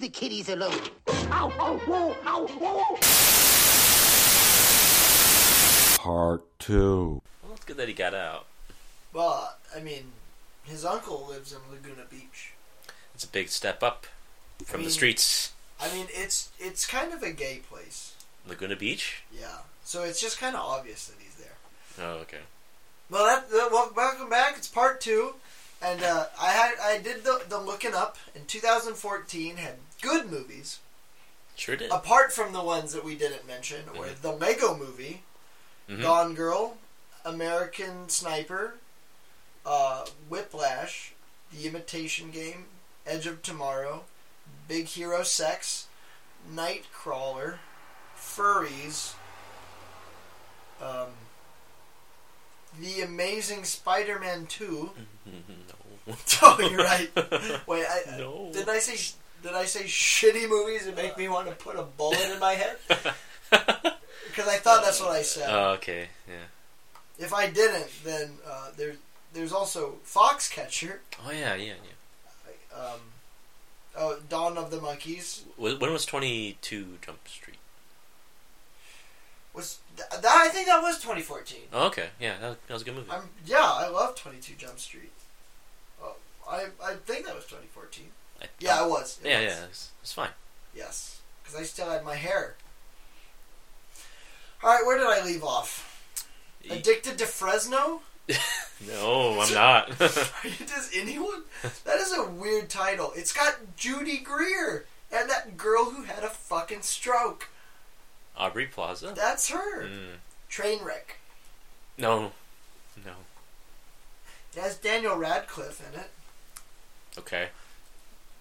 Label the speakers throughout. Speaker 1: the kitties alone. Ow, ow, whoa, ow, whoa.
Speaker 2: Part two.
Speaker 3: Well, it's good that he got out.
Speaker 4: Well, I mean, his uncle lives in Laguna Beach.
Speaker 3: It's a big step up from
Speaker 4: I mean-
Speaker 3: the streets.
Speaker 4: I mean, it's it's kind of a gay place.
Speaker 3: Laguna Beach?
Speaker 4: Yeah. So it's just kind of obvious that he's there.
Speaker 3: Oh, okay.
Speaker 4: Well, that, that well, welcome back. It's part two, and uh, I had I did the, the looking up in 2014 had good movies
Speaker 3: Sure did.
Speaker 4: apart from the ones that we didn't mention or
Speaker 3: Mhm.
Speaker 4: the Mego movie,
Speaker 3: Mhm.
Speaker 4: Gone Girl, American Sniper, uh, Whiplash, The Imitation Game, Edge of Tomorrow, Big Hero Sex, Nightcrawler, Furries, um, The Amazing Spider-Man 2.
Speaker 3: no.
Speaker 4: oh, you're right. Wait, I,
Speaker 3: No.
Speaker 4: did I say did I say shitty movies that make me want to put a bullet in my head? Because I thought that's what I said.
Speaker 3: Oh, okay. Yeah.
Speaker 4: if I didn't, then uh, there, there's also Foxcatcher,
Speaker 3: Oh, yeah, yeah, yeah.
Speaker 4: um, oh, Dawn of the Monkeys.
Speaker 3: Wh- When was 22 Jump Street?
Speaker 4: Was th- that? I think that was 2014.
Speaker 3: Oh, okay. Yeah, that was, that was a good movie.
Speaker 4: I'm yeah, I love 22 Jump Street. Oh, I I think that was 2014.
Speaker 3: I-
Speaker 4: Yeah, it was. It
Speaker 3: yeah,
Speaker 4: was.
Speaker 3: yeah. It's, it's fine.
Speaker 4: Yes, because I still had my hair. All right, where did I leave off? Addicted to Fresno?
Speaker 3: no, I'm not.
Speaker 4: Does anyone? That is a weird title. It's got Judy Greer and that girl who had a fucking stroke.
Speaker 3: Aubrey Plaza?
Speaker 4: That's her.
Speaker 3: Mm.
Speaker 4: Trainwreck.
Speaker 3: No. No.
Speaker 4: It has Daniel Radcliffe in it.
Speaker 3: Okay.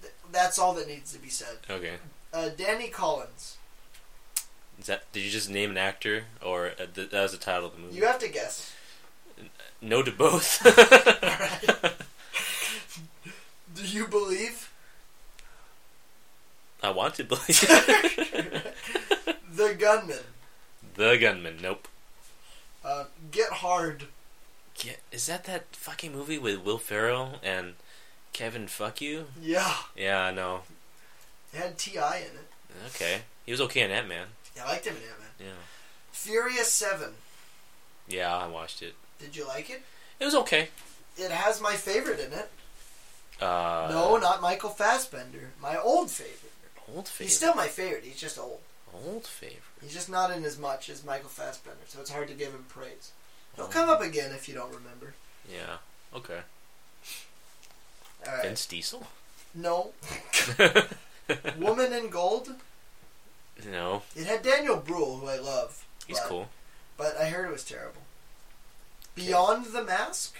Speaker 4: Th- That's all that needs to be said.
Speaker 3: Okay.
Speaker 4: Uh, Danny Collins.
Speaker 3: Is that, did you just name an actor, or uh, th- that was the title of the movie?
Speaker 4: You have to guess.
Speaker 3: no to both.
Speaker 4: Do you believe
Speaker 3: I want to believe.
Speaker 4: the gunman?
Speaker 3: the Gunman. Nope.
Speaker 4: Uh, get hard.
Speaker 3: Get, is that that fucking movie with Will Ferrell and Kevin? Fuck you.
Speaker 4: Yeah.
Speaker 3: Yeah, I know.
Speaker 4: It had Ti in it.
Speaker 3: Okay, he was okay in that man.
Speaker 4: I liked him in that man.
Speaker 3: Yeah.
Speaker 4: Furious Seven.
Speaker 3: Yeah, I watched it.
Speaker 4: Did you like it?
Speaker 3: It was okay.
Speaker 4: It has my favorite in it.
Speaker 3: Uh,
Speaker 4: no, not Michael Fassbender. My old favorite.
Speaker 3: Old favorite.
Speaker 4: He's still my favorite. He's just old.
Speaker 3: old favorite.
Speaker 4: He's just not in as much as Michael Fassbender, so it's hard to give him praise. He'll come up again if you don't remember.
Speaker 3: Yeah. Okay.
Speaker 4: All right.
Speaker 3: Vince Diesel.
Speaker 4: No. Woman in Gold.
Speaker 3: no,
Speaker 4: It had Daniel Bruhl, who I love,
Speaker 3: he's
Speaker 4: Right.
Speaker 3: cool.
Speaker 4: but I heard it was terrible. Beyond the Mask.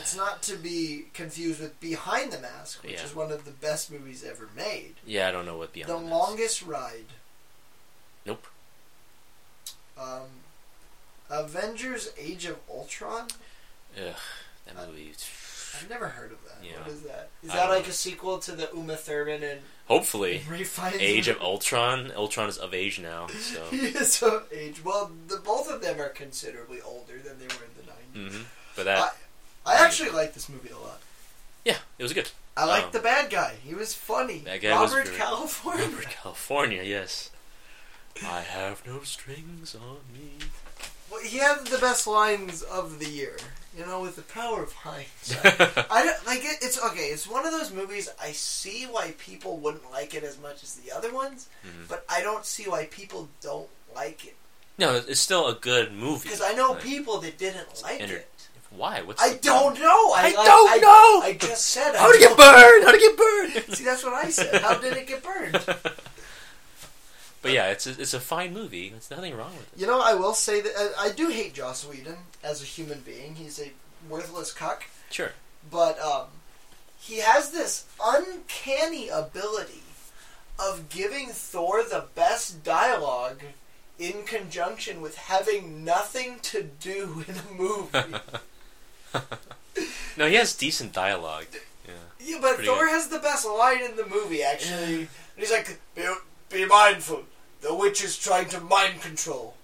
Speaker 4: It's not to be confused with Behind the Mask, which
Speaker 3: Yeah.
Speaker 4: is one of the best movies ever made.
Speaker 3: Yeah, I don't know what beyond.
Speaker 4: The
Speaker 3: that is.
Speaker 4: Longest Ride.
Speaker 3: Nope.
Speaker 4: Um, Avengers: Age of Ultron.
Speaker 3: Ugh,
Speaker 4: Uh,
Speaker 3: that movie.
Speaker 4: I've never heard of that.
Speaker 3: Yeah.
Speaker 4: What is that? Is
Speaker 3: I
Speaker 4: that
Speaker 3: don't
Speaker 4: like
Speaker 3: know.
Speaker 4: a sequel to the Uma Thurman and
Speaker 3: Hopefully,
Speaker 4: Refines?
Speaker 3: Age of Ultron. Ultron is of age now, so.
Speaker 4: He is of age. Well, the both of them are considerably older than they were in the 90s
Speaker 3: hmm But that,
Speaker 4: I actually like this movie a lot.
Speaker 3: yeah, it was good.
Speaker 4: I like
Speaker 3: Um,
Speaker 4: the bad guy. He was funny.
Speaker 3: That guy was
Speaker 4: Robert
Speaker 3: very-
Speaker 4: California.
Speaker 3: Remember California, yes. I have no strings on me.
Speaker 4: Well, he had the best lines of the year. You know, with the power of hindsight. I don't like it. It's okay. It's one of those movies. I see why people wouldn't like it as much as the other ones,
Speaker 3: Mm-hmm.
Speaker 4: but I don't see why people don't like it.
Speaker 3: no, it's still a good movie.
Speaker 4: Because I know
Speaker 3: Like,
Speaker 4: people that didn't like
Speaker 3: enter-
Speaker 4: it.
Speaker 3: Why? What's
Speaker 4: I
Speaker 3: the-
Speaker 4: don't know. I,
Speaker 3: I
Speaker 4: like-
Speaker 3: don't
Speaker 4: I-
Speaker 3: know.
Speaker 4: I just said.
Speaker 3: How to
Speaker 4: I
Speaker 3: get
Speaker 4: don't-
Speaker 3: burned? How to get burned?
Speaker 4: See, that's what I said. How did it get burned?
Speaker 3: but yeah, it's a, it's a fine movie. There's nothing wrong with
Speaker 4: You know, I will say that uh, I, I do hate Joss Whedon as a human being. He's a worthless cuck.
Speaker 3: it. Sure.
Speaker 4: but um, he has this uncanny ability of giving Thor the best dialogue in conjunction with having nothing to do in a movie.
Speaker 3: No, he has decent dialogue. Yeah.
Speaker 4: yeah, but
Speaker 3: Pretty
Speaker 4: Thor
Speaker 3: good.
Speaker 4: has the best line in the movie, actually. And he's like, be, be mindful. The witch is trying to mind control.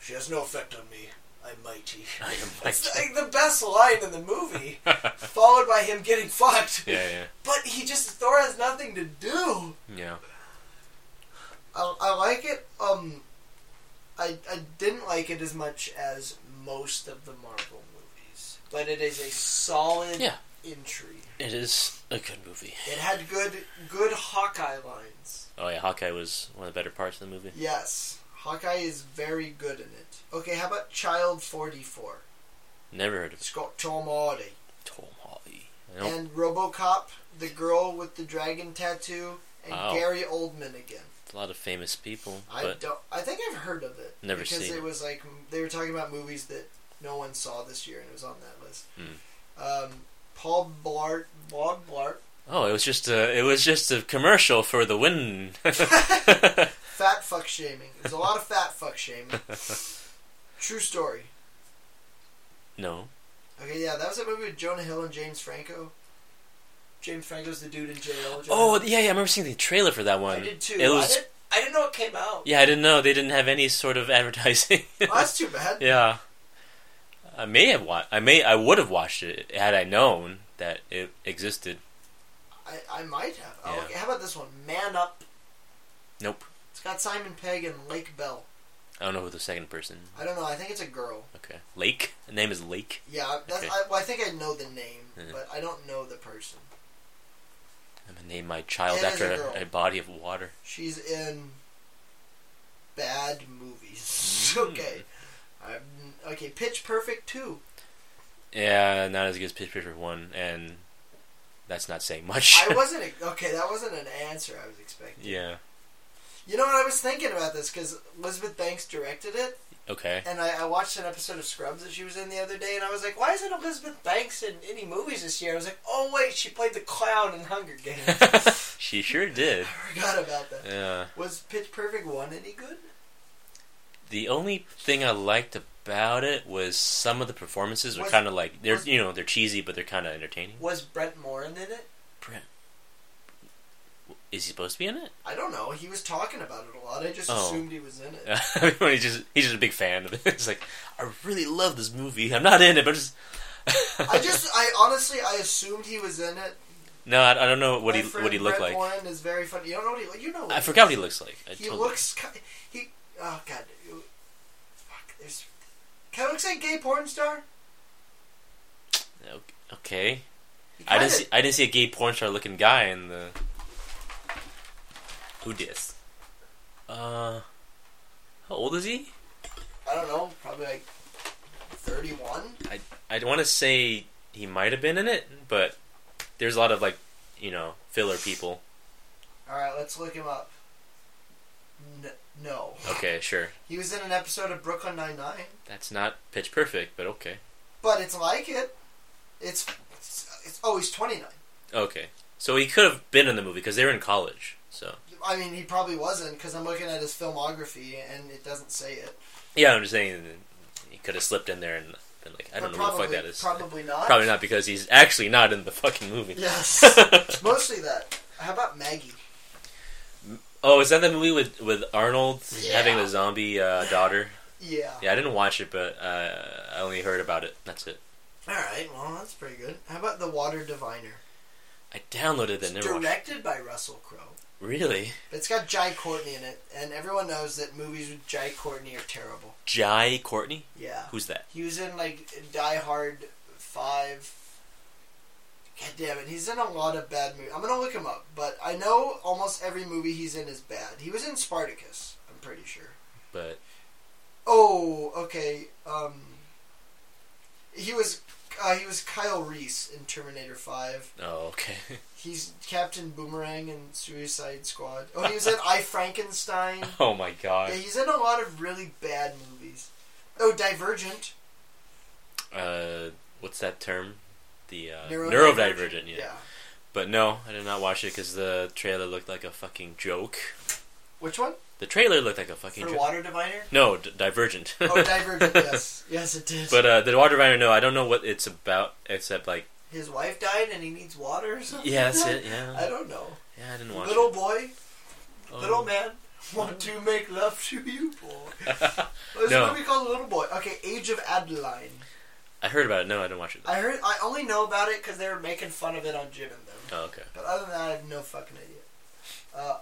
Speaker 4: She has no effect on me. I'm mighty.
Speaker 3: I am
Speaker 4: It's
Speaker 3: like,
Speaker 4: like the best line in the movie, followed by him getting fucked.
Speaker 3: yeah, yeah.
Speaker 4: But he just Thor has nothing to do.
Speaker 3: Yeah.
Speaker 4: I, I like it. Um, I I didn't like it as much as most of the Marvel movies, but it is a solid
Speaker 3: Yeah.
Speaker 4: entry.
Speaker 3: It is a good movie.
Speaker 4: It had good good Hawkeye lines.
Speaker 3: Oh yeah, Hawkeye was one of the better parts of the movie.
Speaker 4: Yes, Hawkeye is very good in it. Okay, how about Child Forty Four?
Speaker 3: Never heard of
Speaker 4: It's got Tom Hardy
Speaker 3: Tom Hardy. I don't-
Speaker 4: and RoboCop, the girl with the dragon tattoo, and
Speaker 3: Wow.
Speaker 4: Gary Oldman again.
Speaker 3: a lot of famous people,
Speaker 4: I
Speaker 3: Oh. but
Speaker 4: don't. I think I've heard of it.
Speaker 3: Never
Speaker 4: because
Speaker 3: seen
Speaker 4: it
Speaker 3: it.
Speaker 4: was like they were talking about movies that no one saw this year, and it was on that list.
Speaker 3: Hmm.
Speaker 4: Um, Paul Blart, Bob Blart,
Speaker 3: oh, it was just a it was just a commercial for the win.
Speaker 4: fat fuck shaming. There's a lot of fat fuck shaming. True story.
Speaker 3: no,
Speaker 4: Okay, yeah, that was that movie with Jonah Hill and James Franco. James Franco's the dude in jail. Jonah
Speaker 3: oh
Speaker 4: Hill-
Speaker 3: yeah, yeah, I remember seeing the trailer for that one.
Speaker 4: I did too.
Speaker 3: It was
Speaker 4: I, didn't, I didn't know it came out.
Speaker 3: yeah, I didn't know they didn't have any sort of advertising.
Speaker 4: Oh, that's too bad.
Speaker 3: yeah, I may have watched. I may I would have watched it had I known that it existed.
Speaker 4: I, I might have. Oh,
Speaker 3: Yeah.
Speaker 4: Okay, how about this one? Man Up.
Speaker 3: Nope,
Speaker 4: It's got Simon Pegg and Lake Bell.
Speaker 3: I don't know who the second person.
Speaker 4: I don't know. I think it's a girl.
Speaker 3: Okay, Lake. The name is Lake.
Speaker 4: Yeah, that's,
Speaker 3: Okay.
Speaker 4: I, well, I think I know the name,
Speaker 3: Yeah.
Speaker 4: but I don't know the person.
Speaker 3: I'm gonna name my child
Speaker 4: It is a
Speaker 3: after
Speaker 4: girl.
Speaker 3: a, a body of water.
Speaker 4: She's in bad movies.
Speaker 3: Mm.
Speaker 4: okay. Um, okay, Pitch Perfect 2.
Speaker 3: Yeah, not as good as Pitch Perfect one, and that's not saying much.
Speaker 4: I wasn't. Okay, that wasn't an answer I was expecting.
Speaker 3: yeah.
Speaker 4: You know what? I was thinking about this because Elizabeth Banks directed it,
Speaker 3: Okay.
Speaker 4: and I, I watched an episode of Scrubs that she was in the other day, and I was like, why isn't Elizabeth Banks in any movies this year? I was like, oh, wait, she played the clown in Hunger Games. I
Speaker 3: she sure did.
Speaker 4: forgot about that.
Speaker 3: Yeah.
Speaker 4: Was Pitch Perfect 1 any good?
Speaker 3: The only thing I liked about it was some of the performances were
Speaker 4: Was-
Speaker 3: kind of like they're
Speaker 4: was-
Speaker 3: you know they're cheesy but they're kind of entertaining.
Speaker 4: Was Brent Morin in it?
Speaker 3: Brent, is he supposed to be in it?
Speaker 4: I don't know. He was talking about it a lot. I just
Speaker 3: Oh.
Speaker 4: assumed he was in it.
Speaker 3: he's just he's just a big fan of it. It's like I really love this movie. I'm not in it, but just
Speaker 4: I just, I honestly, I assumed he was in it.
Speaker 3: no. I, I don't know what
Speaker 4: My
Speaker 3: he
Speaker 4: friend
Speaker 3: what he looked
Speaker 4: Brett
Speaker 3: like.
Speaker 4: Morin is very funny. You don't know what he. You know.
Speaker 3: I forgot what he looks like. I
Speaker 4: He
Speaker 3: totally-
Speaker 4: looks. ki- He. Oh god. you- Fuck. There's. Kind of looks like a gay porn star.
Speaker 3: okay.
Speaker 4: He
Speaker 3: I
Speaker 4: kinda-
Speaker 3: didn't see, I didn't see a gay porn star looking guy in the. Who dis? Uh, how old is he?
Speaker 4: I don't know. Probably like thirty-one.
Speaker 3: I want to say he might have been in it, but there's a lot of like, you know, filler people.
Speaker 4: All right, let's look him up. N- no.
Speaker 3: Okay, sure.
Speaker 4: He was in an episode of Brooklyn Nine Nine.
Speaker 3: That's not pitch perfect, but okay.
Speaker 4: But it's like it. It's, it's, it's oh, he's 29.
Speaker 3: Okay, so he could have been in the movie because they were in college. So
Speaker 4: I mean, he probably wasn't because I'm looking at his filmography and it doesn't say it.
Speaker 3: yeah, I'm just saying he could have slipped in there and been like, I don't
Speaker 4: But
Speaker 3: know
Speaker 4: probably,
Speaker 3: who the fuck that is.
Speaker 4: Probably not.
Speaker 3: Probably not because he's actually not in the fucking movie.
Speaker 4: Yes. Mostly that. How about Maggie?
Speaker 3: Oh, is that the movie with with Arnold
Speaker 4: Yeah.
Speaker 3: having the zombie uh, daughter?
Speaker 4: Yeah.
Speaker 3: Yeah, I didn't watch it, but uh, I only heard about it. That's it.
Speaker 4: All right. Well, that's pretty good. How about The Water Diviner?
Speaker 3: I downloaded
Speaker 4: It's
Speaker 3: that. Never watched.
Speaker 4: directed by Russell Crowe.
Speaker 3: Really,
Speaker 4: But It's got Jai Courtney in it, and everyone knows that movies with Jai Courtney are terrible.
Speaker 3: Jai Courtney?
Speaker 4: Yeah.
Speaker 3: Who's that?
Speaker 4: He was in like Die Hard Five. God damn it, he's in a lot of bad movies. I'm gonna look him up, but I know almost every movie he's in is bad. He was in Spartacus, I'm pretty sure.
Speaker 3: But
Speaker 4: Oh, okay. Um, he was uh, he was Kyle Reese in Terminator Five.
Speaker 3: oh, okay.
Speaker 4: He's Captain Boomerang in Suicide Squad. Oh, he was in I Frankenstein.
Speaker 3: Oh my god.
Speaker 4: Yeah, he's in a lot of really bad movies. Oh, Divergent.
Speaker 3: Uh, what's that term? The uh,
Speaker 4: Neurodivergent.
Speaker 3: neurodivergent. yeah. But no, I did not watch it because the trailer looked like a fucking joke.
Speaker 4: Which one?
Speaker 3: The trailer looked like a fucking
Speaker 4: For
Speaker 3: joke.
Speaker 4: Water Diviner?
Speaker 3: No, d- Divergent.
Speaker 4: Oh, Divergent, yes. Yes, it did.
Speaker 3: But uh, the Water Diviner, no, I don't know what it's about except like,
Speaker 4: His wife died and he needs water or something?
Speaker 3: yeah, that's it, yeah,
Speaker 4: I don't know.
Speaker 3: yeah, I didn't watch
Speaker 4: little
Speaker 3: it.
Speaker 4: boy,
Speaker 3: Oh.
Speaker 4: little man, want to make love to you, boy. This
Speaker 3: No.
Speaker 4: movie called Little Boy. Okay, Age of Adeline.
Speaker 3: I heard about it. No, I didn't watch it.
Speaker 4: I heard. I only know about it because they were making fun of it on Jim and them.
Speaker 3: Oh, okay.
Speaker 4: But other than that, I have no fucking idea. Uh,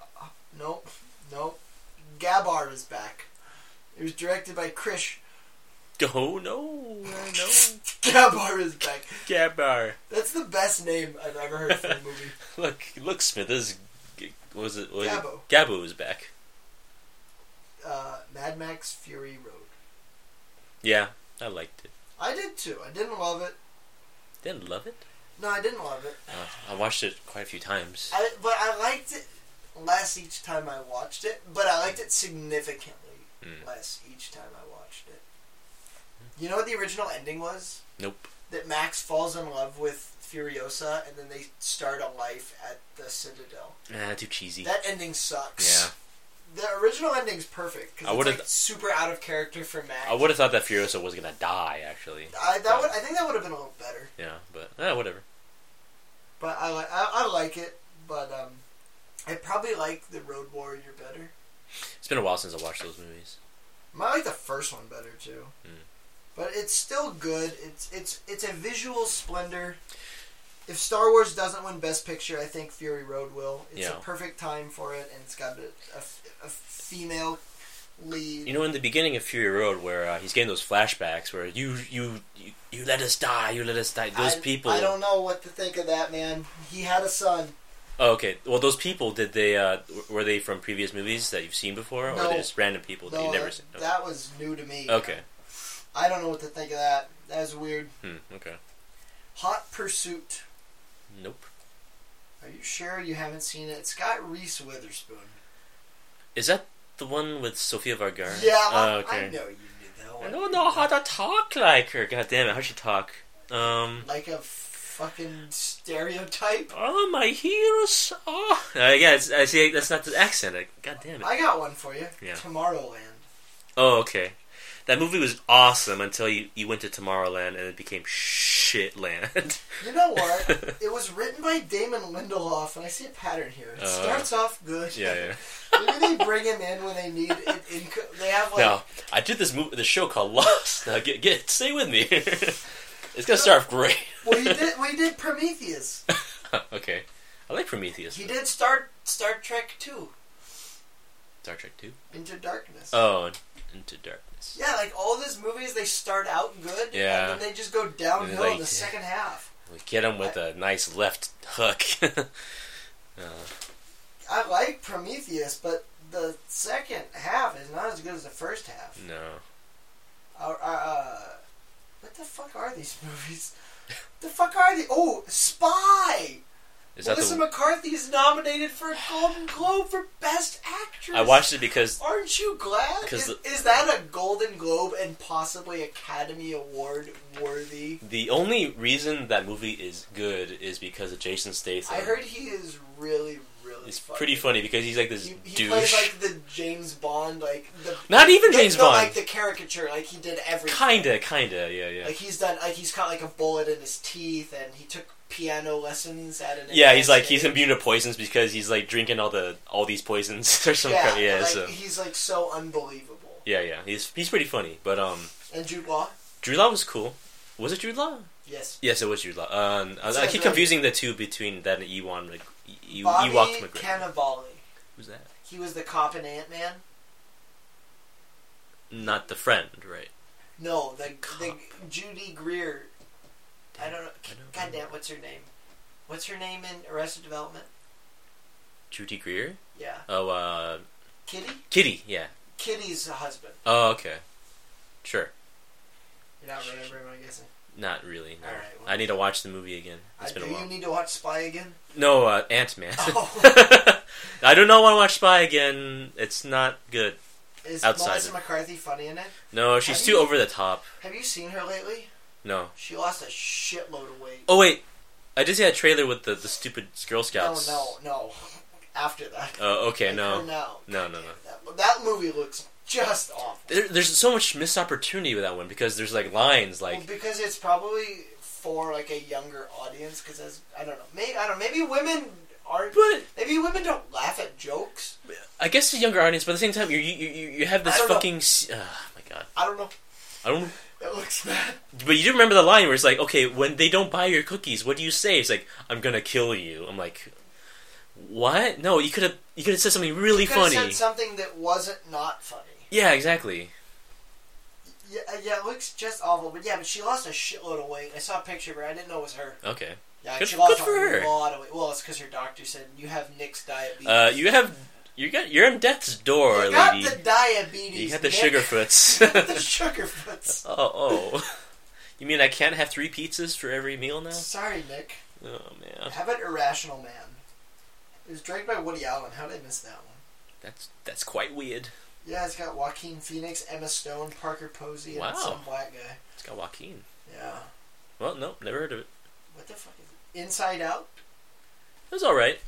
Speaker 4: nope, nope. Gabbard is back. It was directed by Krish.
Speaker 3: Oh no, no.
Speaker 4: Gabbard is back.
Speaker 3: Gabar.
Speaker 4: That's the best name I've ever heard for a movie.
Speaker 3: Look, look, Smith is. Was it? Was
Speaker 4: Gabbo.
Speaker 3: It? Gabbo is back.
Speaker 4: Uh, Mad Max Fury Road.
Speaker 3: Yeah, I liked it.
Speaker 4: I did too. I didn't love it.
Speaker 3: Didn't love it.
Speaker 4: No, I didn't love it.
Speaker 3: Uh, I watched it quite a few times.
Speaker 4: I but I liked it less each time I watched it. But I liked it significantly
Speaker 3: Mm.
Speaker 4: less each time I watched it. You know what the original ending was?
Speaker 3: Nope.
Speaker 4: that Max falls in love with Furiosa and then they start a life at the Citadel.
Speaker 3: Ah, too cheesy.
Speaker 4: That ending sucks.
Speaker 3: yeah.
Speaker 4: The original ending's
Speaker 3: I
Speaker 4: perfect because it's
Speaker 3: would've-
Speaker 4: like super out of character for Max.
Speaker 3: I would have thought that Furiosa was gonna die, actually.
Speaker 4: I, that would, I think that would have been a little better,
Speaker 3: Yeah, but eh, whatever.
Speaker 4: but I like I, I like it. But um, I probably like the Road Warrior better.
Speaker 3: It's been a while since I watched those movies.
Speaker 4: I like the first one better too.
Speaker 3: Mm.
Speaker 4: But it's still good. It's it's it's a visual splendor. If Star Wars doesn't win Best Picture, I think Fury Road will. It's
Speaker 3: Yeah.
Speaker 4: a perfect time for it, and it's got a, a f- a female lead.
Speaker 3: You know, in the beginning of Fury Road, where uh, he's getting those flashbacks, where you, you you you let us die, you let us die. Those
Speaker 4: I-
Speaker 3: people.
Speaker 4: I don't know what to think of that man. He had a son.
Speaker 3: Oh, okay. Well, those people did they uh, w- were they from previous movies that you've seen before, or
Speaker 4: No.
Speaker 3: they're just random people that
Speaker 4: No,
Speaker 3: you've never
Speaker 4: that,
Speaker 3: seen?
Speaker 4: that was new to me.
Speaker 3: Okay.
Speaker 4: I don't know what to think of that. That was weird.
Speaker 3: Hmm, okay.
Speaker 4: Hot Pursuit.
Speaker 3: Nope.
Speaker 4: Are you sure you haven't seen it? It's got Reese Witherspoon.
Speaker 3: Is that the one with Sofia Vergara?
Speaker 4: Yeah,
Speaker 3: Oh,
Speaker 4: I,
Speaker 3: okay.
Speaker 4: I know you did that one.
Speaker 3: I don't know how to talk like her. God damn it! How she talk? Um.
Speaker 4: like a fucking stereotype.
Speaker 3: Oh, my heroes. Oh, uh, yeah. It's, I see. That's not the accent. I- God damn it.
Speaker 4: I got one for you.
Speaker 3: Yeah.
Speaker 4: Tomorrowland.
Speaker 3: Oh, okay. That movie was awesome until you, you went to Tomorrowland and it became shitland.
Speaker 4: You know what? it was written by Damon Lindelof, and I see a pattern here. It
Speaker 3: Uh,
Speaker 4: starts off good.
Speaker 3: yeah, yeah.
Speaker 4: Maybe they bring him in when they need it. inco they have like
Speaker 3: Now, I did this movie, the show called Lost. Now, get get stay with me. it's gonna start off great.
Speaker 4: well, he did. We did Prometheus.
Speaker 3: okay, I like Prometheus.
Speaker 4: He did Star Star Trek Two
Speaker 3: Star Trek Two.
Speaker 4: Into Darkness.
Speaker 3: Oh, and Into Darkness.
Speaker 4: yeah, like all these movies, they start out good,
Speaker 3: Yeah.
Speaker 4: and then they just go downhill in
Speaker 3: like-
Speaker 4: the second half.
Speaker 3: We get him with a nice left hook.
Speaker 4: I like Prometheus, but the second half is not as good as the first half.
Speaker 3: no,
Speaker 4: Uh, uh, what the fuck are these movies? the fuck are they? Oh, Spy!
Speaker 3: is that
Speaker 4: Melissa
Speaker 3: the?
Speaker 4: McCarthy is nominated for a Golden Globe for Best Actress.
Speaker 3: I watched it because
Speaker 4: Aren't you glad?
Speaker 3: 'Cause
Speaker 4: Is,
Speaker 3: the-
Speaker 4: is that a Golden Globe and possibly Academy Award worthy?
Speaker 3: the only reason that movie is good is because of Jason Statham.
Speaker 4: I heard he is really, really.
Speaker 3: It's pretty funny because he's like this
Speaker 4: He, he
Speaker 3: douche.
Speaker 4: plays like the James Bond, like the
Speaker 3: Not even
Speaker 4: the-
Speaker 3: James
Speaker 4: the,
Speaker 3: Bond.
Speaker 4: like the caricature, like he did everything.
Speaker 3: Kinda, kinda, yeah, yeah.
Speaker 4: Like he's done, like he's caught like a bullet in his teeth, and he took piano lessons at an.
Speaker 3: yeah, he's like
Speaker 4: advanced
Speaker 3: he's
Speaker 4: age.
Speaker 3: immune to poisons because he's like drinking all the all these poisons or some
Speaker 4: Yeah,
Speaker 3: kind. Yeah,
Speaker 4: like,
Speaker 3: so
Speaker 4: he's like so unbelievable.
Speaker 3: yeah, yeah. He's he's pretty funny, but um,
Speaker 4: And Jude Law,
Speaker 3: Drew Law was cool. Was it Drew Law?
Speaker 4: yes,
Speaker 3: Yes, it was Drew Law. Um, I, I
Speaker 4: Sounds
Speaker 3: keep
Speaker 4: right.
Speaker 3: confusing the two between that and Ewan. Like, e- e-
Speaker 4: Bobby
Speaker 3: Ewok McGregor.
Speaker 4: Cannavale.
Speaker 3: Who's that?
Speaker 4: He was the cop in Ant Man.
Speaker 3: Not the friend, right?
Speaker 4: No, the, the
Speaker 3: Cop.
Speaker 4: Judy Greer. I don't know.
Speaker 3: don't
Speaker 4: God damn,
Speaker 3: remember.
Speaker 4: what's her name? What's her name in Arrested Development?
Speaker 3: Judy Greer.
Speaker 4: Yeah,
Speaker 3: Oh, uh,
Speaker 4: Kitty.
Speaker 3: Kitty. Yeah.
Speaker 4: Kitty's husband.
Speaker 3: Oh, okay. Sure.
Speaker 4: You're not remembering, I'm guessing.
Speaker 3: Not really. No.
Speaker 4: Alright, well-
Speaker 3: I need to watch the movie again. It's
Speaker 4: Uh,
Speaker 3: been
Speaker 4: do
Speaker 3: a while.
Speaker 4: you need to watch Spy again?
Speaker 3: No, uh, Ant Man.
Speaker 4: Oh.
Speaker 3: I do not want to watch Spy again. It's not good.
Speaker 4: Is
Speaker 3: Outside
Speaker 4: Melissa
Speaker 3: of-
Speaker 4: McCarthy funny in it?
Speaker 3: No, she's
Speaker 4: Have
Speaker 3: too
Speaker 4: you-
Speaker 3: over the top.
Speaker 4: Have you seen her lately?
Speaker 3: No.
Speaker 4: She lost a shitload of weight.
Speaker 3: Oh wait, I did see that trailer with the, the stupid Girl Scouts.
Speaker 4: Oh, No, no, no. After that.
Speaker 3: Oh, okay,
Speaker 4: Like her
Speaker 3: no.
Speaker 4: now.
Speaker 3: No, no, no.
Speaker 4: That, that movie looks just awful.
Speaker 3: There, there's so much missed opportunity with that one because there's like lines
Speaker 4: well,
Speaker 3: like
Speaker 4: because it's probably for like a younger audience. Because as I don't know, maybe I don't. Maybe women aren't.
Speaker 3: But-
Speaker 4: maybe women don't laugh at jokes.
Speaker 3: I guess it's a younger audience, but at the same time you you you, you have this
Speaker 4: I don't know.
Speaker 3: fucking s- oh my god
Speaker 4: I don't know.
Speaker 3: I don't
Speaker 4: That looks bad.
Speaker 3: But you do remember the line where it's like, okay, when they don't buy your cookies, what do you say? It's like, I'm gonna kill you. I'm like, what? No, you could have you could have said something really
Speaker 4: You could have
Speaker 3: funny.
Speaker 4: said something that wasn't not funny.
Speaker 3: yeah, exactly.
Speaker 4: Yeah, uh, yeah, it looks just awful. But yeah, but she lost a shitload of weight. I saw a picture of her. I didn't know it was her.
Speaker 3: Okay.
Speaker 4: Yeah,
Speaker 3: Good-
Speaker 4: she lost
Speaker 3: good for
Speaker 4: a
Speaker 3: her.
Speaker 4: lot of weight. Well, it's because her doctor said you have Nick's diabetes.
Speaker 3: Uh, you have you got you're in death's door,
Speaker 4: you got
Speaker 3: lady.
Speaker 4: the diabetes.
Speaker 3: you got the
Speaker 4: Nick.
Speaker 3: sugar foots.
Speaker 4: You got the sugar foots.
Speaker 3: oh, oh. You mean I can't have three pizzas for every meal now?
Speaker 4: Sorry, Nick.
Speaker 3: Oh man,
Speaker 4: How about Irrational Man? It was directed by Woody Allen. How did I miss that one?
Speaker 3: that's that's quite weird.
Speaker 4: Yeah, it's got Joaquin Phoenix, Emma Stone, Parker Posey,
Speaker 3: Wow.
Speaker 4: and some black guy.
Speaker 3: It's got Joaquin.
Speaker 4: Yeah.
Speaker 3: Well, no, never heard of it.
Speaker 4: What the fuck is it? Inside Out?
Speaker 3: It was all right.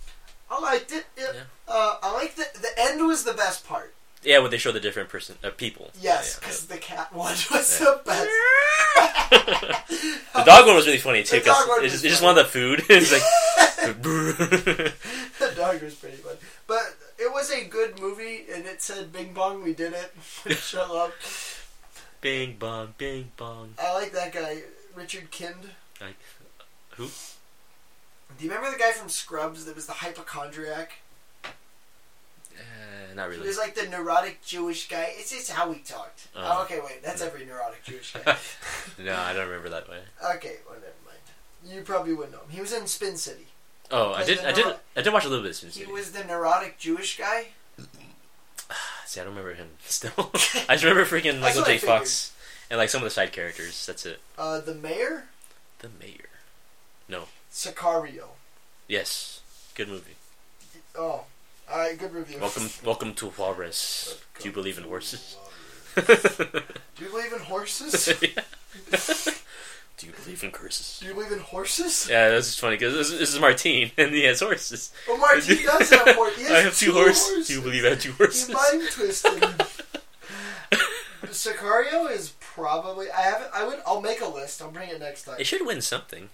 Speaker 4: I liked it. it
Speaker 3: Yeah.
Speaker 4: Uh, I like the the end was the best part.
Speaker 3: Yeah, when they show the different person uh, people.
Speaker 4: Yes,
Speaker 3: Yeah, yeah.
Speaker 4: because the cat one was
Speaker 3: Yeah.
Speaker 4: the best.
Speaker 3: the dog one was really funny too
Speaker 4: The dog
Speaker 3: because
Speaker 4: one
Speaker 3: it's,
Speaker 4: was
Speaker 3: just- it's just
Speaker 4: funny.
Speaker 3: one of the food. it's like
Speaker 4: the dog was pretty fun, but it was a good movie, and it said "Bing Bong, we did it." Shut up.
Speaker 3: Bing Bong, Bing Bong.
Speaker 4: I like that guy, Richard Kind.
Speaker 3: Like, who?
Speaker 4: Do you remember the guy from Scrubs that was the hypochondriac?
Speaker 3: Uh, not
Speaker 4: He
Speaker 3: really.
Speaker 4: was like the neurotic Jewish guy. It's just how he talked.
Speaker 3: Uh-huh.
Speaker 4: oh, okay, wait, that's every neurotic Jewish guy.
Speaker 3: No, I don't remember that way.
Speaker 4: okay, well, never mind. You probably wouldn't know him. He was in Spin City.
Speaker 3: Oh, I did, I did, I did watch a little bit of Spin
Speaker 4: He
Speaker 3: City.
Speaker 4: was the neurotic Jewish guy.
Speaker 3: Ah, See, I don't remember him still. I just remember freaking
Speaker 4: That's
Speaker 3: Michael
Speaker 4: what I
Speaker 3: J. Fox and like some of the side characters. That's it.
Speaker 4: Uh, the mayor,
Speaker 3: The mayor.
Speaker 4: Sicario.
Speaker 3: Yes, good movie.
Speaker 4: Oh, all right, good review.
Speaker 3: Welcome, welcome to Juarez. Do you believe in horses?
Speaker 4: Do you believe in horses?
Speaker 3: Do you believe in curses?
Speaker 4: Do you believe in horses?
Speaker 3: Yeah, that's just funny because this, this is Martine and he has horses.
Speaker 4: Oh, Martin does have horses. He has
Speaker 3: I have two, horses. Do you believe I have two horses?
Speaker 4: You mind twisted. Sicario is probably. I haven't. I would. I'll make a list. I'll bring it next time.
Speaker 3: It should win something.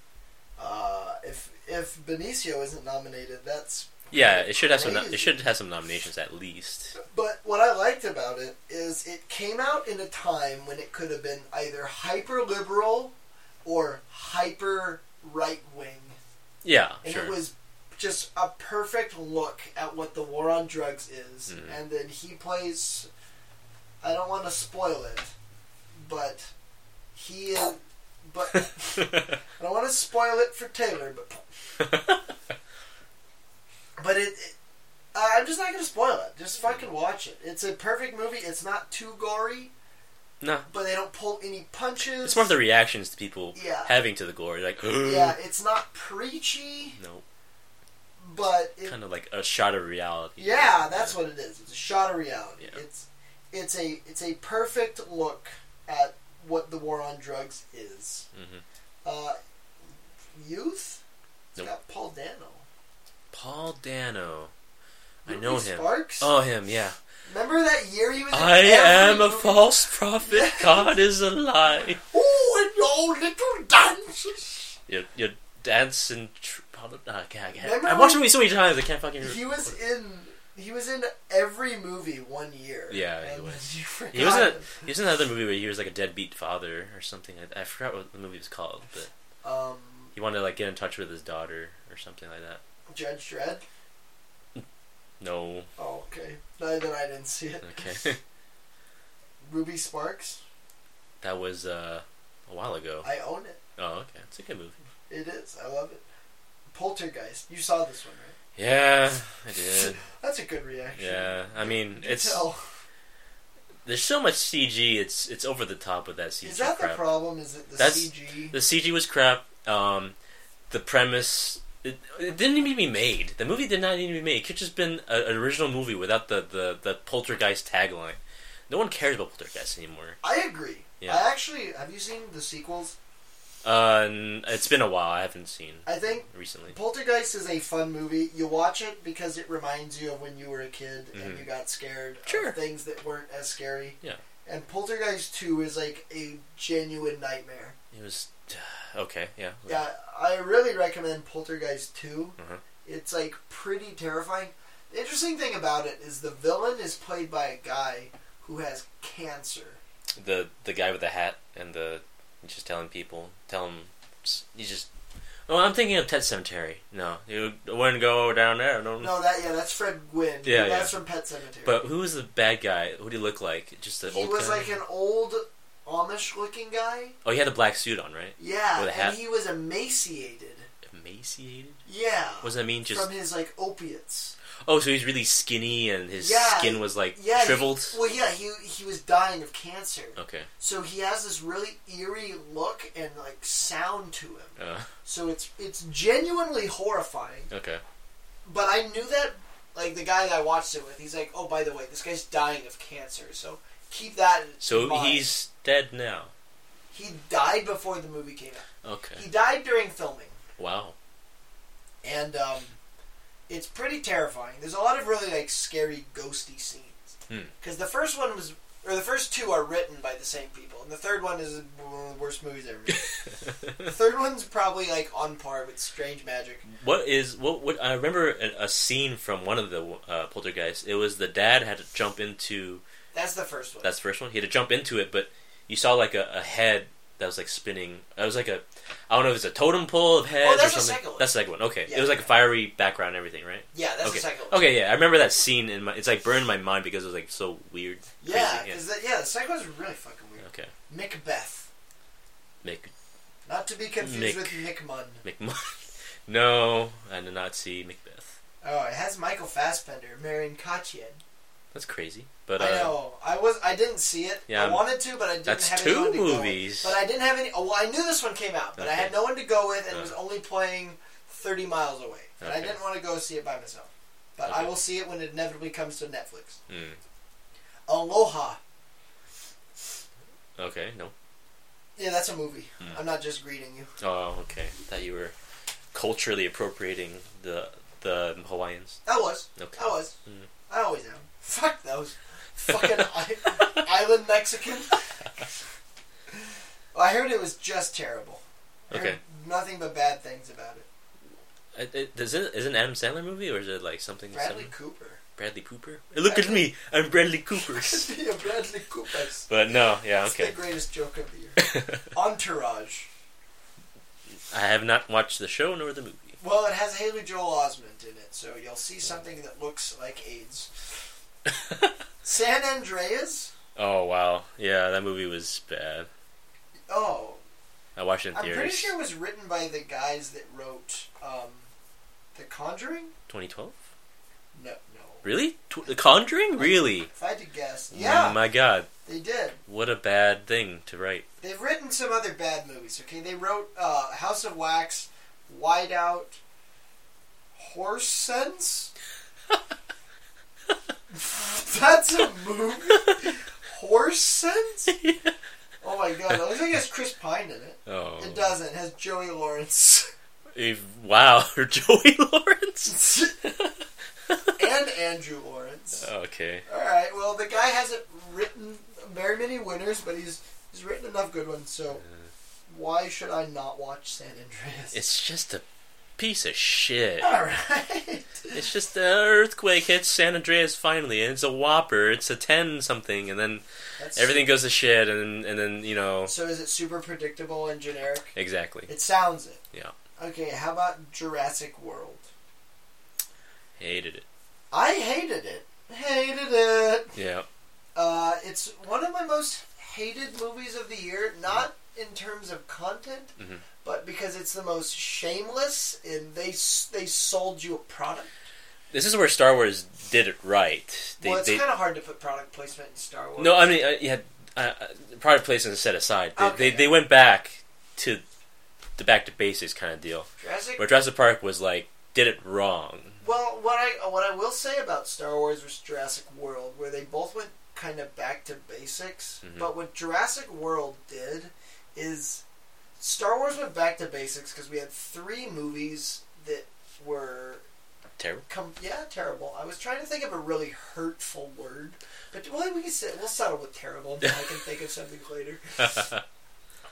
Speaker 4: Uh, if if Benicio isn't nominated, that's.
Speaker 3: Yeah, it should have some. No-
Speaker 4: Crazy.
Speaker 3: it should have some nominations at least.
Speaker 4: But what I liked about it is it came out in a time when it could have been either hyper liberal or hyper right wing,
Speaker 3: Yeah,
Speaker 4: and
Speaker 3: sure.
Speaker 4: it was just a perfect look at what the war on drugs is.
Speaker 3: Mhm.
Speaker 4: And then he plays. I don't want to spoil it, but he is. But I don't want to spoil it for Taylor, but But it, it uh, I'm just not gonna spoil it. Just fucking watch it. It's a perfect movie. It's not too gory,
Speaker 3: no,
Speaker 4: but they don't pull any punches.
Speaker 3: it's more of the reactions to people
Speaker 4: Yeah.
Speaker 3: having to the gore. Like,
Speaker 4: yeah. It's not preachy,
Speaker 3: no,
Speaker 4: but it,
Speaker 3: kind of like a shot of reality.
Speaker 4: yeah, that's what it is. It's a shot of reality.
Speaker 3: Yeah.
Speaker 4: It's it's a it's a perfect look at what the war on drugs is.
Speaker 3: Mhm.
Speaker 4: Uh, youth. It's
Speaker 3: Nope.
Speaker 4: got Paul Dano.
Speaker 3: Paul Dano. I
Speaker 4: Ruby
Speaker 3: know him.
Speaker 4: Sparks.
Speaker 3: Oh, him. Yeah.
Speaker 4: Remember that year he was. in
Speaker 3: I
Speaker 4: every
Speaker 3: am a
Speaker 4: movie?
Speaker 3: false prophet.
Speaker 4: Yes.
Speaker 3: God is a lie.
Speaker 4: Oh, and your little dances.
Speaker 3: You you dance and. Tr- oh, I can't- I can't.
Speaker 4: Remember
Speaker 3: I watched the movie so many times. I can't fucking.
Speaker 4: He was in. He was in every movie one year.
Speaker 3: Yeah, he
Speaker 4: And
Speaker 3: was.
Speaker 4: You forgot
Speaker 3: He was in a,
Speaker 4: him.
Speaker 3: he was in another movie where he was like a deadbeat father or something. I, I forgot what the movie was called, but
Speaker 4: um,
Speaker 3: he wanted to like get in touch with his daughter or something like that.
Speaker 4: Judge Dredd.
Speaker 3: No,
Speaker 4: Oh, okay. No, then I didn't see it.
Speaker 3: okay,
Speaker 4: Ruby Sparks.
Speaker 3: that was uh, a while ago.
Speaker 4: I own it.
Speaker 3: Oh, okay, it's a good movie.
Speaker 4: It is. I love it. Poltergeist. You saw this one, right?
Speaker 3: Yeah, I did.
Speaker 4: That's a good reaction.
Speaker 3: Yeah, I mean,
Speaker 4: You can
Speaker 3: it's
Speaker 4: tell.
Speaker 3: there's so much CG. It's it's over the top with that CG
Speaker 4: Is that
Speaker 3: crap.
Speaker 4: the problem? Is it the
Speaker 3: That's-
Speaker 4: CG?
Speaker 3: The CG was crap. Um, the premise. It, it didn't even need to be made. The movie did not need to be made. It could just been a, an original movie without the, the, the poltergeist tagline. No one cares about poltergeist anymore.
Speaker 4: I agree.
Speaker 3: Yeah.
Speaker 4: I actually have you seen the sequels?
Speaker 3: Uh, n- it's been a while. I haven't seen
Speaker 4: I think
Speaker 3: recently.
Speaker 4: Poltergeist is a fun movie. You watch it because it reminds you of when you were a kid and
Speaker 3: Mhm.
Speaker 4: you got scared
Speaker 3: Sure.
Speaker 4: of things that weren't as scary.
Speaker 3: Yeah.
Speaker 4: And Poltergeist 2 is like a genuine nightmare.
Speaker 3: It was okay. Yeah.
Speaker 4: Yeah, I really recommend Poltergeist 2.
Speaker 3: Mhm.
Speaker 4: It's like pretty terrifying. The interesting thing about it is the villain is played by a guy who has cancer.
Speaker 3: the the guy with the hat and the he's just telling people, tell him, he's just. Oh, I'm thinking of Pet Cemetery. No, you wouldn't go down there. No,
Speaker 4: No, that yeah, that's Fred Gwynn.
Speaker 3: Mm. Yeah,
Speaker 4: that's
Speaker 3: yeah.
Speaker 4: from Pet Cemetery.
Speaker 3: But who was the bad guy? Who did he look like? Just the
Speaker 4: he
Speaker 3: old
Speaker 4: was
Speaker 3: guy.
Speaker 4: like an old Amish-looking guy.
Speaker 3: oh, he had a black suit on, right?
Speaker 4: Yeah,
Speaker 3: With a hat.
Speaker 4: and he was emaciated.
Speaker 3: Emaciated.
Speaker 4: Yeah,
Speaker 3: What does that mean? Just
Speaker 4: from his like opiates.
Speaker 3: oh, so he's really skinny and his
Speaker 4: Yeah,
Speaker 3: skin was like
Speaker 4: Yeah, he-
Speaker 3: shriveled. Oh.
Speaker 4: well, yeah, he he was dying of cancer,
Speaker 3: okay.
Speaker 4: so he has this really eerie look and like sound to him.
Speaker 3: Uh,
Speaker 4: So it's it's genuinely horrifying.
Speaker 3: okay.
Speaker 4: But I knew that, like the guy that I watched it with, he's like, oh, by the way, this guy's dying of cancer, so keep that. in
Speaker 3: So
Speaker 4: mind."
Speaker 3: he's dead now.
Speaker 4: he died before the movie came out.
Speaker 3: Okay.
Speaker 4: He died during filming,
Speaker 3: Wow.
Speaker 4: and um, it's pretty terrifying. There's a lot of really like scary ghosty scenes
Speaker 3: Hmm.
Speaker 4: because the first one was, or the first two are written by the same people, and the third one is one of the worst movies ever. made. the third one's probably like on par with Strange Magic.
Speaker 3: What is what? What I remember a, a scene from one of the uh, poltergeists. It was the dad had to jump into
Speaker 4: That's the first one.
Speaker 3: that's the first one. He had to jump into it, but you saw like a, a head that was like spinning. That was like a I don't know if it's a totem pole of heads
Speaker 4: Oh, that's
Speaker 3: or
Speaker 4: the
Speaker 3: something.
Speaker 4: second one.
Speaker 3: That's the second one. Okay,
Speaker 4: Yeah,
Speaker 3: it was like a
Speaker 4: yeah.
Speaker 3: fiery background, and everything, right?
Speaker 4: yeah, that's
Speaker 3: okay.
Speaker 4: the second one.
Speaker 3: Okay, yeah, I remember that scene in my. It's like burned in my mind because it was like so weird.
Speaker 4: Yeah,
Speaker 3: crazy,
Speaker 4: because yeah. yeah, the second one's really fucking weird.
Speaker 3: Okay,
Speaker 4: Macbeth.
Speaker 3: Mick
Speaker 4: Not to be
Speaker 3: Mick.
Speaker 4: confused with Mick Munn.
Speaker 3: McMahon. no, I did not see Macbeth.
Speaker 4: Oh, it has Michael Fassbender, Marion Cotillard.
Speaker 3: That's crazy, but uh,
Speaker 4: I know. I was. I didn't see it.
Speaker 3: Yeah, um,
Speaker 4: I wanted to, but I didn't
Speaker 3: that's
Speaker 4: have
Speaker 3: two
Speaker 4: anyone to go
Speaker 3: movies.
Speaker 4: with. But I didn't have any. Oh, well, I knew this one came out, but I
Speaker 3: Okay.
Speaker 4: had no one to go with, and it was
Speaker 3: Uh-huh.
Speaker 4: only playing thirty miles away. And I
Speaker 3: Okay.
Speaker 4: didn't want to go see it by myself. But I
Speaker 3: Okay.
Speaker 4: will see it when it inevitably comes to Netflix.
Speaker 3: mm,
Speaker 4: Aloha.
Speaker 3: okay, no.
Speaker 4: Yeah, that's a movie.
Speaker 3: Hmm.
Speaker 4: I'm not just greeting you.
Speaker 3: Oh, okay. Thought you were culturally appropriating the the Hawaiians.
Speaker 4: I was.
Speaker 3: Okay.
Speaker 4: I was.
Speaker 3: Mm.
Speaker 4: I always am. Fuck those fucking i- island Mexican. well, I heard it was just terrible. I heard
Speaker 3: Okay.
Speaker 4: nothing but bad things about it.
Speaker 3: Uh, it- Does it is it an Adam Sandler movie or is it like something?
Speaker 4: Bradley
Speaker 3: similar?
Speaker 4: Cooper.
Speaker 3: Bradley Cooper. Look at me, I'm Bradley Cooper.
Speaker 4: Could be a Bradley Cooper. It's
Speaker 3: but no, yeah,
Speaker 4: the
Speaker 3: okay.
Speaker 4: greatest joke of the year. Entourage.
Speaker 3: I have not watched the show nor the movie.
Speaker 4: Well, it has Haley Joel Osment in it, so you'll see something that looks like AIDS. San Andreas?
Speaker 3: oh wow, yeah, that movie was bad.
Speaker 4: Oh,
Speaker 3: I watched it in
Speaker 4: I'm
Speaker 3: theaters.
Speaker 4: pretty sure it was written by the guys that wrote um, The Conjuring?
Speaker 3: 2012.
Speaker 4: No, no.
Speaker 3: Really? Tw- the Conjuring? Really? Oh
Speaker 4: If I had to guess,
Speaker 3: Mm.
Speaker 4: yeah,
Speaker 3: My God,
Speaker 4: they did.
Speaker 3: what a bad thing to write.
Speaker 4: They've written some other bad movies. Okay, they wrote uh, House of Wax, Whiteout, Horse Sense. That's a movie. Horse Sense. Oh my god! It looks like it has Chris Pine in it.
Speaker 3: Oh.
Speaker 4: It doesn't. It has Joey Lawrence
Speaker 3: If- wow, Joey Lawrence.
Speaker 4: and Andrew Lawrence.
Speaker 3: okay.
Speaker 4: All right. Well, the guy hasn't written very many winners, but he's he's written enough good ones. So why should I not watch San Andreas?
Speaker 3: It's just a piece of shit.
Speaker 4: all right.
Speaker 3: It's just the earthquake hits San Andreas finally, and it's a whopper. It's a ten something, and then
Speaker 4: That's-
Speaker 3: everything goes to shit, and and then you know
Speaker 4: So is it super predictable and generic?
Speaker 3: exactly.
Speaker 4: It sounds it.
Speaker 3: Yeah.
Speaker 4: Okay. How about Jurassic World?
Speaker 3: Hated it.
Speaker 4: I hated it. Hated it.
Speaker 3: Yeah.
Speaker 4: Uh, it's one of my most hated movies of the year. Not in terms of content.
Speaker 3: Mhm.
Speaker 4: But because it's the most shameless, and they s- they sold you a product.
Speaker 3: This is where Star Wars did it right. They,
Speaker 4: well, it's
Speaker 3: they,
Speaker 4: kind of hard to put product placement in Star Wars.
Speaker 3: no, I mean, uh, yeah, uh, uh, product placement is set aside. They,
Speaker 4: Okay.
Speaker 3: they they went back to the back to basics kind of deal.
Speaker 4: Jurassic.
Speaker 3: Where Jurassic Park was like did it wrong.
Speaker 4: Well, what I what I will say about Star Wars was Jurassic World, where they both went kind of back to basics.
Speaker 3: Mhm.
Speaker 4: But what Jurassic World did is Star Wars went back to basics because we had three movies that were
Speaker 3: Terrible.
Speaker 4: com- yeah terrible. I was trying to think of a really hurtful word, but well, we can sit, we'll settle with terrible. Until I can think of something later.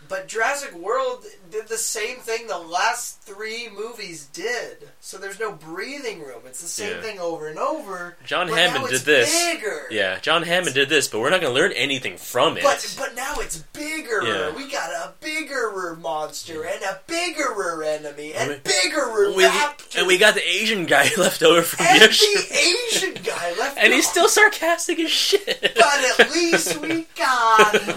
Speaker 4: But Jurassic World did the same thing the last three movies did. So there's no breathing room. It's the same
Speaker 3: Yeah.
Speaker 4: thing over and over.
Speaker 3: John
Speaker 4: but
Speaker 3: Hammond
Speaker 4: now
Speaker 3: did
Speaker 4: it's
Speaker 3: this.
Speaker 4: Bigger.
Speaker 3: Yeah, John Hammond did this, but we're not going to learn anything from it.
Speaker 4: But but now it's bigger.
Speaker 3: Yeah.
Speaker 4: We got a bigger monster and a bigger enemy and
Speaker 3: we-
Speaker 4: bigger
Speaker 3: we,
Speaker 4: raptor
Speaker 3: and we got the Asian guy left over from
Speaker 4: and
Speaker 3: the ocean.
Speaker 4: the Asian guy left.
Speaker 3: And he's
Speaker 4: behind.
Speaker 3: still sarcastic as shit.
Speaker 4: But at least we got him.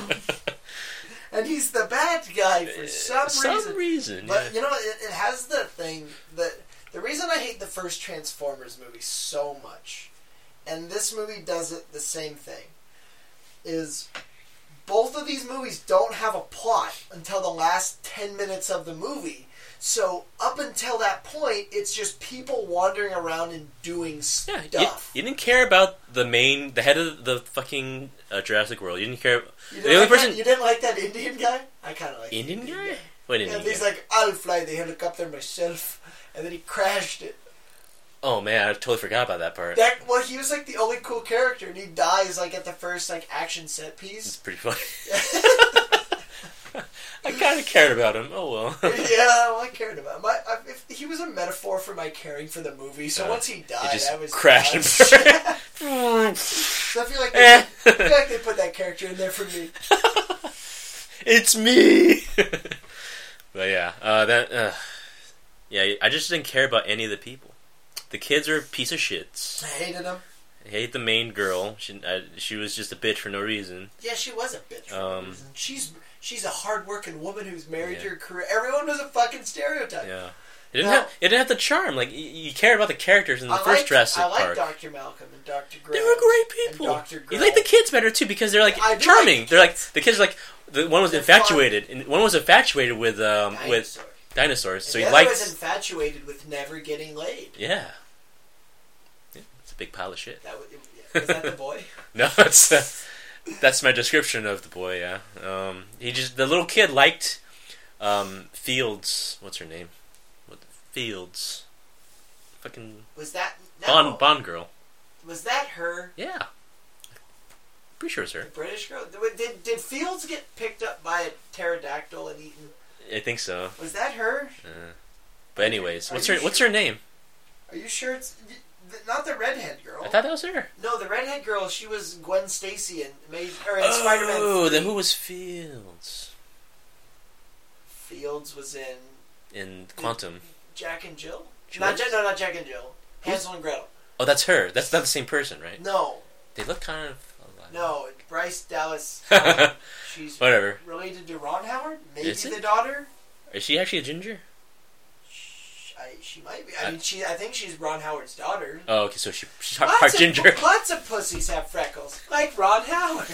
Speaker 4: And he's the bad guy for some,
Speaker 3: Eh, some
Speaker 4: reason.
Speaker 3: reason,
Speaker 4: But
Speaker 3: yeah.
Speaker 4: you know, it, it has the thing that the reason I hate the first Transformers movie so much, and this movie does it the same thing, is both of these movies don't have a plot until the last ten minutes of the movie. So up until that point, it's just people wandering around and doing
Speaker 3: Yeah,
Speaker 4: stuff.
Speaker 3: you, you didn't care about the main, the head of the fucking uh, Jurassic World. You didn't care. The
Speaker 4: You didn't
Speaker 3: only
Speaker 4: like that-
Speaker 3: person,
Speaker 4: you didn't like that Indian guy? I kind of like
Speaker 3: Indian
Speaker 4: the
Speaker 3: guy. Wait,
Speaker 4: Yeah,
Speaker 3: Indian
Speaker 4: he's
Speaker 3: guy.
Speaker 4: like, I'll fly the helicopter myself, and then he crashed it.
Speaker 3: oh man, I totally forgot about that part.
Speaker 4: That well, he was like the only cool character, and he dies like at the first like action set
Speaker 3: It's
Speaker 4: piece.
Speaker 3: pretty funny. I kind of cared about him. Oh well.
Speaker 4: yeah, well, I cared about him. I, I, if, he was a metaphor for my caring for the movie. So
Speaker 3: Uh,
Speaker 4: once he died,
Speaker 3: it just
Speaker 4: I was
Speaker 3: crashed and
Speaker 4: done.
Speaker 3: burned.
Speaker 4: So I feel like
Speaker 3: Eh.
Speaker 4: they, I feel like they put that character in there for me.
Speaker 3: it's me. but yeah, uh, that. Uh, yeah, I just didn't care about any of the people. The kids are piece of shits.
Speaker 4: I hated him.
Speaker 3: I hate the main girl. She I, she was just a bitch for no reason.
Speaker 4: Yeah, she was a bitch. For
Speaker 3: Um,
Speaker 4: a reason. She's she's a hardworking woman who's married
Speaker 3: Yeah.
Speaker 4: to her career. Everyone was a fucking stereotype.
Speaker 3: Yeah. It didn't,
Speaker 4: Now-
Speaker 3: have, it didn't have the charm. Like, you, you care about the characters in the
Speaker 4: I
Speaker 3: first
Speaker 4: like,
Speaker 3: Jurassic
Speaker 4: I like
Speaker 3: Park.
Speaker 4: Dr. Malcolm and Dr. Gray.
Speaker 3: They were great
Speaker 4: and
Speaker 3: people.
Speaker 4: Dr.
Speaker 3: You like the
Speaker 4: Grell.
Speaker 3: kids better too because they're like
Speaker 4: I do like
Speaker 3: charming.
Speaker 4: the
Speaker 3: they're like the kids are like the one was
Speaker 4: They're fun.
Speaker 3: infatuated and one was infatuated with um with
Speaker 4: Dinosaur.
Speaker 3: dinosaurs. So he
Speaker 4: And the other
Speaker 3: liked
Speaker 4: was infatuated with never getting laid.
Speaker 3: yeah. Yeah, It's a big pile of shit.
Speaker 4: That was, is that the boy?
Speaker 3: No, it's uh, that's my description of the boy. Yeah, um, he just the little kid liked um, Fields. What's her name? What Fields? Fucking
Speaker 4: Was that no?
Speaker 3: Bond Bond girl.
Speaker 4: Was that her?
Speaker 3: Yeah, pretty sure it's
Speaker 4: The
Speaker 3: her.
Speaker 4: British girl? Did, did did Fields get picked up by a pterodactyl and eaten?
Speaker 3: I think so.
Speaker 4: Was that her?
Speaker 3: Uh, But anyways,
Speaker 4: Are
Speaker 3: what's
Speaker 4: you
Speaker 3: her what's her name?
Speaker 4: Are you sure it's th- not the redhead girl?
Speaker 3: I thought that was her.
Speaker 4: no, the redhead girl. She was Gwen Stacy and made or in Spider-Man.
Speaker 3: Oh,
Speaker 4: 3.
Speaker 3: then who was Fields
Speaker 4: Fields was in
Speaker 3: in Quantum?
Speaker 4: Jack and Jill.
Speaker 3: She
Speaker 4: Not
Speaker 3: was?
Speaker 4: Jack, no, not Jack and Jill. Hansel and Gretel.
Speaker 3: Oh, that's her. That's not the same person, right?
Speaker 4: No,
Speaker 3: They look kind of alike.
Speaker 4: no, Bryce Dallas. Howard. She's
Speaker 3: Whatever.
Speaker 4: related to Ron Howard. Maybe
Speaker 3: Is it?
Speaker 4: the daughter.
Speaker 3: Is she actually a ginger?
Speaker 4: I, she might be. I, mean, she. I think she's Ron Howard's daughter.
Speaker 3: Oh, okay. So she she's part,
Speaker 4: Lots
Speaker 3: part
Speaker 4: of-
Speaker 3: ginger.
Speaker 4: Lots of pussies have freckles, like Ron Howard.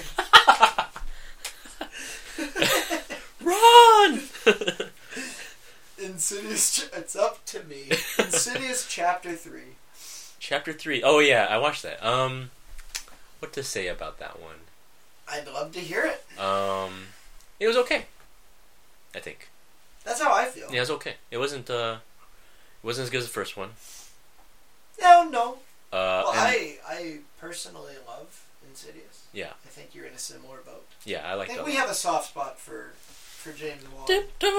Speaker 3: Run!
Speaker 4: Insidious. ch- It's up to me. Insidious chapter three.
Speaker 3: Chapter three. Oh yeah, I watched that. Um, what to say about that one?
Speaker 4: I'd love to hear it.
Speaker 3: Um, it was okay. I think.
Speaker 4: That's how I feel.
Speaker 3: Yeah, it was okay. It wasn't. Uh, it wasn't as good as the first one.
Speaker 4: No, no.
Speaker 3: Uh,
Speaker 4: Well,
Speaker 3: and-
Speaker 4: I, I personally love Insidious.
Speaker 3: Yeah.
Speaker 4: I think you're in a similar boat.
Speaker 3: yeah, I
Speaker 4: I
Speaker 3: liked
Speaker 4: think
Speaker 3: that.
Speaker 4: we
Speaker 3: one.
Speaker 4: have a soft spot for for James Wan.
Speaker 3: Tiptoe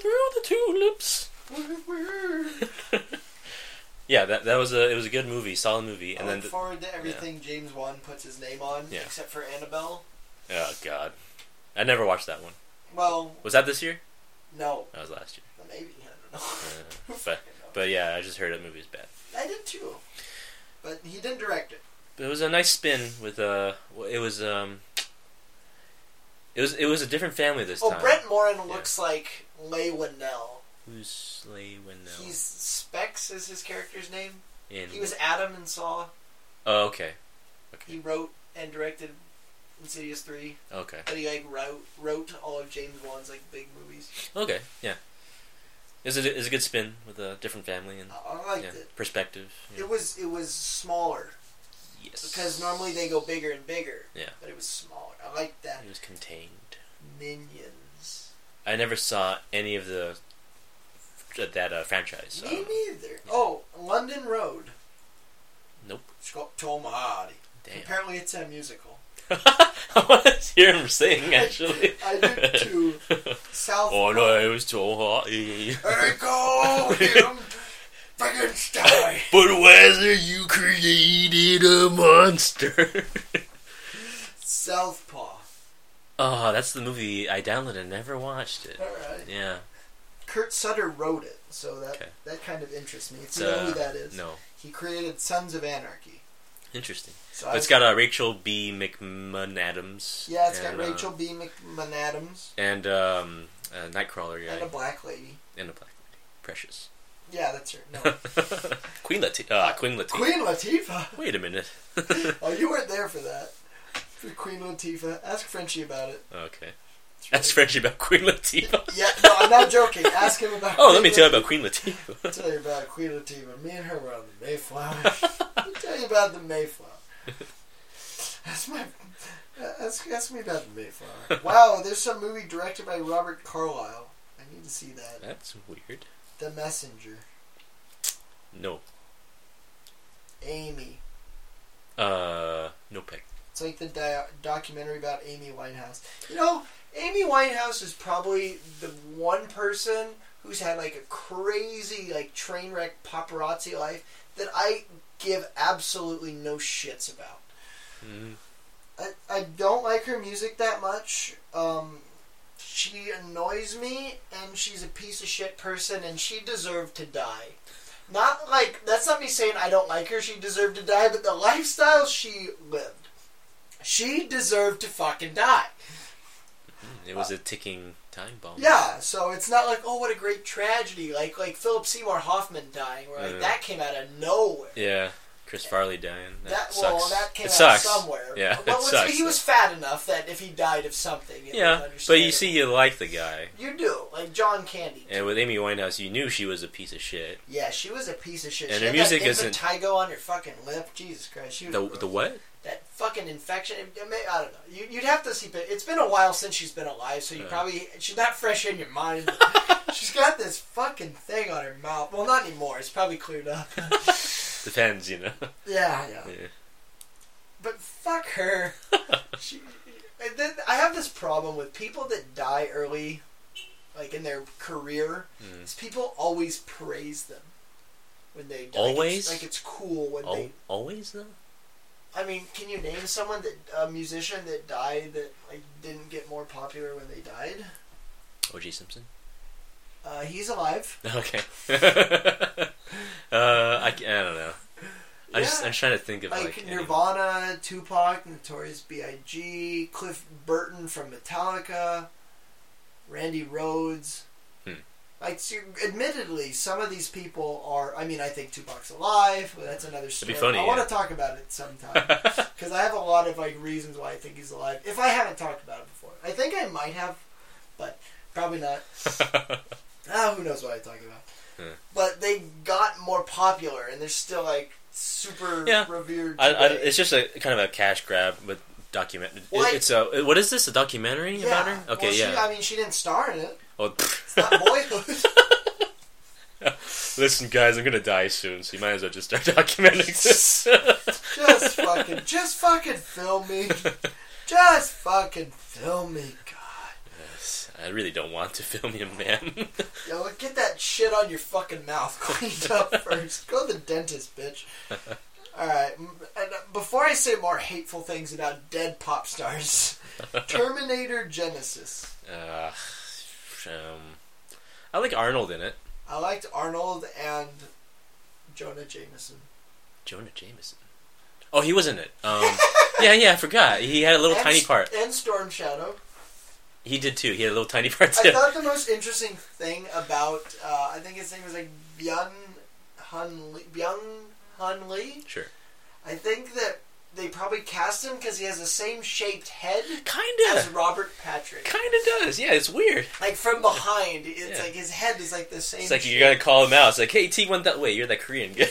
Speaker 3: through the tulips. yeah, that that was a it was a good movie, solid movie,
Speaker 4: I
Speaker 3: and then
Speaker 4: look
Speaker 3: the,
Speaker 4: forward to everything James Wan puts his name on,
Speaker 3: Yeah.
Speaker 4: except for Annabelle.
Speaker 3: oh god, I never watched that one.
Speaker 4: Well,
Speaker 3: Was that this year?
Speaker 4: no,
Speaker 3: That was last year.
Speaker 4: maybe I don't know.
Speaker 3: Uh, but but yeah, I just heard that movie was bad.
Speaker 4: I did too. But he didn't direct it.
Speaker 3: But it was a nice spin with uh, well, it was um, it was it was a different family this
Speaker 4: Oh,
Speaker 3: time.
Speaker 4: Brent Morin looks like Leigh Whannell.
Speaker 3: Who's Slay Wendell?
Speaker 4: He's Specs is his character's name.
Speaker 3: in.
Speaker 4: He was Adam in Saw.
Speaker 3: oh okay,
Speaker 4: He wrote and directed Insidious Three,
Speaker 3: okay,
Speaker 4: but he like wrote wrote all of James Wan's like big movies.
Speaker 3: okay, yeah. It was a, it was a good spin with a different family and
Speaker 4: I, I liked
Speaker 3: Hmm. yeah,
Speaker 4: it.
Speaker 3: perspective. yeah.
Speaker 4: It was it was smaller
Speaker 3: Yes.
Speaker 4: because normally they go bigger and bigger.
Speaker 3: Yeah.
Speaker 4: But it was smaller. I liked that.
Speaker 3: It was contained.
Speaker 4: Minions.
Speaker 3: I never saw any of the that uh, franchise. so-
Speaker 4: Me neither. Oh, London Road.
Speaker 3: Nope.
Speaker 4: Scott Tom Hardy.
Speaker 3: Damn.
Speaker 4: Apparently, it's a musical.
Speaker 3: I want to hear him sing, actually.
Speaker 4: I did too. South.
Speaker 3: oh no, it was too hot.
Speaker 4: Ergo him Frankenstein.
Speaker 3: But whether you created a monster.
Speaker 4: Southpaw.
Speaker 3: oh, that's the movie I downloaded and never watched it.
Speaker 4: All right.
Speaker 3: Yeah.
Speaker 4: Kurt Sutter wrote it, so that
Speaker 3: Okay.
Speaker 4: that kind of interests me. If
Speaker 3: It's,
Speaker 4: you know who
Speaker 3: uh,
Speaker 4: that is,
Speaker 3: No.
Speaker 4: he created Sons of Anarchy.
Speaker 3: Interesting.
Speaker 4: So
Speaker 3: But
Speaker 4: I-
Speaker 3: it's got uh, Rachel B. McManadams.
Speaker 4: yeah, it's got
Speaker 3: and, uh,
Speaker 4: Rachel B. McManadams
Speaker 3: and um, uh, Nightcrawler guy.
Speaker 4: and a black lady.
Speaker 3: and a black lady. Precious.
Speaker 4: Yeah, that's her. No,
Speaker 3: Queen Latifah. Uh, Queen Latifah.
Speaker 4: Queen Latifah.
Speaker 3: Wait a minute.
Speaker 4: Oh, you weren't there for that. For Queen Latifah, ask Frenchie about it.
Speaker 3: okay.
Speaker 4: It's
Speaker 3: That's
Speaker 4: really-
Speaker 3: Frenchie about Queen Latifah.
Speaker 4: Yeah, no, I'm not joking. Ask him about.
Speaker 3: Oh, let
Speaker 4: Queen
Speaker 3: me tell
Speaker 4: Latifah.
Speaker 3: you about Queen Latifah.
Speaker 4: tell you about Queen Latifah. Me and her were on the Mayflower. Let me tell you about the Mayflower. That's my. Ask, ask me about the Mayflower. Wow, there's some movie directed by Robert Carlyle. I need to see that.
Speaker 3: That's weird.
Speaker 4: The Messenger.
Speaker 3: No.
Speaker 4: Amy.
Speaker 3: Uh, no pick.
Speaker 4: It's like the di- documentary about Amy Winehouse. You know, Amy Winehouse is probably the one person who's had like a crazy like train wreck paparazzi life that I give absolutely no shits about.
Speaker 3: Mm.
Speaker 4: I, I don't like her music that much. Um, she annoys me, and she's a piece of shit person, and she deserved to die. Not like that's not me saying I don't like her. She deserved to die, but the lifestyle she lived, she deserved to fucking die.
Speaker 3: It was a ticking time bomb.
Speaker 4: Yeah, so it's not like oh what a great tragedy like like Philip Seymour Hoffman dying where like
Speaker 3: Yeah.
Speaker 4: that came out of nowhere.
Speaker 3: Yeah. Chris Farley dying. That,
Speaker 4: That
Speaker 3: sucks.
Speaker 4: well that came
Speaker 3: it
Speaker 4: out
Speaker 3: sucks.
Speaker 4: somewhere.
Speaker 3: Yeah,
Speaker 4: well,
Speaker 3: it
Speaker 4: let's-
Speaker 3: sucks.
Speaker 4: he was fat enough that if he died of something, it was
Speaker 3: yeah, but you
Speaker 4: understandable.
Speaker 3: see, you like the guy.
Speaker 4: You do, like John Candy.
Speaker 3: And with Amy Winehouse, you knew she was a piece of shit.
Speaker 4: yeah, she was a piece of shit.
Speaker 3: And
Speaker 4: she
Speaker 3: her
Speaker 4: had that
Speaker 3: music isn't-
Speaker 4: impetigo on her fucking lip. Jesus Christ, she was
Speaker 3: The
Speaker 4: gross.
Speaker 3: the what?
Speaker 4: that fucking infection. it- it may- I don't know. You, you'd have to see. But it's been a while since she's been alive, so you
Speaker 3: Yeah.
Speaker 4: probably she's not fresh in your mind. but she's got this fucking thing on her mouth. Well, not anymore. It's probably cleared up.
Speaker 3: Depends, you know.
Speaker 4: yeah, yeah.
Speaker 3: Yeah.
Speaker 4: But fuck her. she, and then I have this problem with people that die early, like in their career.
Speaker 3: Mm.
Speaker 4: Is people always praise them when they die.
Speaker 3: Always?
Speaker 4: like it's, like it's cool when
Speaker 3: Al-
Speaker 4: they.
Speaker 3: always though.
Speaker 4: I mean, can you name someone that a musician that died that like didn't get more popular when they died?
Speaker 3: O.J. Simpson.
Speaker 4: Uh, he's alive.
Speaker 3: Okay. uh, I, c- I don't know. I just
Speaker 4: Yeah.
Speaker 3: I'm trying to think of
Speaker 4: Like,
Speaker 3: like, any-
Speaker 4: Nirvana, Tupac, Notorious B.I.G., Cliff Burton from Metallica, Randy Rhodes.
Speaker 3: Hmm.
Speaker 4: Like, so admittedly, some of these people are. I mean, I think Tupac's alive, but that's another story.
Speaker 3: be funny,
Speaker 4: I want
Speaker 3: yeah.
Speaker 4: to talk about it sometime because I have a lot of like reasons why I think he's alive. If I haven't talked about it before, I think I might have, but probably not. Ah, who knows what I talk about?
Speaker 3: Yeah.
Speaker 4: But they got more popular, and they're still like super
Speaker 3: Yeah.
Speaker 4: revered.
Speaker 3: I, I,
Speaker 4: today.
Speaker 3: it's just a kind of a cash grab with document. it-
Speaker 4: Well, I-
Speaker 3: it's a what is this? A documentary
Speaker 4: Yeah.
Speaker 3: about her? Okay,
Speaker 4: well, She,
Speaker 3: yeah.
Speaker 4: I mean, she didn't star in it.
Speaker 3: Oh,
Speaker 4: It's not Boyhood.
Speaker 3: listen, guys, I'm gonna die soon, so you might as well just start documenting this.
Speaker 4: just fucking, just fucking film me. Just fucking film me. God,
Speaker 3: I really don't want to film you, man.
Speaker 4: yo, look, get that shit on your fucking mouth cleaned up first. Go to the dentist, bitch. All right. m- And uh, before I say more hateful things about dead pop stars, Terminator Genesis.
Speaker 3: uh, um, I like Arnold in it.
Speaker 4: I liked Arnold and Jonah Jameson.
Speaker 3: Jonah Jameson. Oh, he was in it. Um, yeah, yeah, I forgot. He had a little
Speaker 4: and,
Speaker 3: tiny part.
Speaker 4: And Storm Shadow.
Speaker 3: He did too. He had a little tiny part
Speaker 4: I
Speaker 3: too.
Speaker 4: thought the most interesting thing about, uh, I think his name was like Byung Hun Lee. Byung Hun Lee.
Speaker 3: Sure.
Speaker 4: I think that they probably cast him because he has the same shaped head
Speaker 3: Kinda.
Speaker 4: as Robert Patrick.
Speaker 3: Kinda does. Yeah, it's weird.
Speaker 4: Like from behind, it's
Speaker 3: Yeah.
Speaker 4: like his head is like the same.
Speaker 3: It's like you
Speaker 4: shape.
Speaker 3: gotta call him out. It's like, hey, T one that way. You're that Korean guy.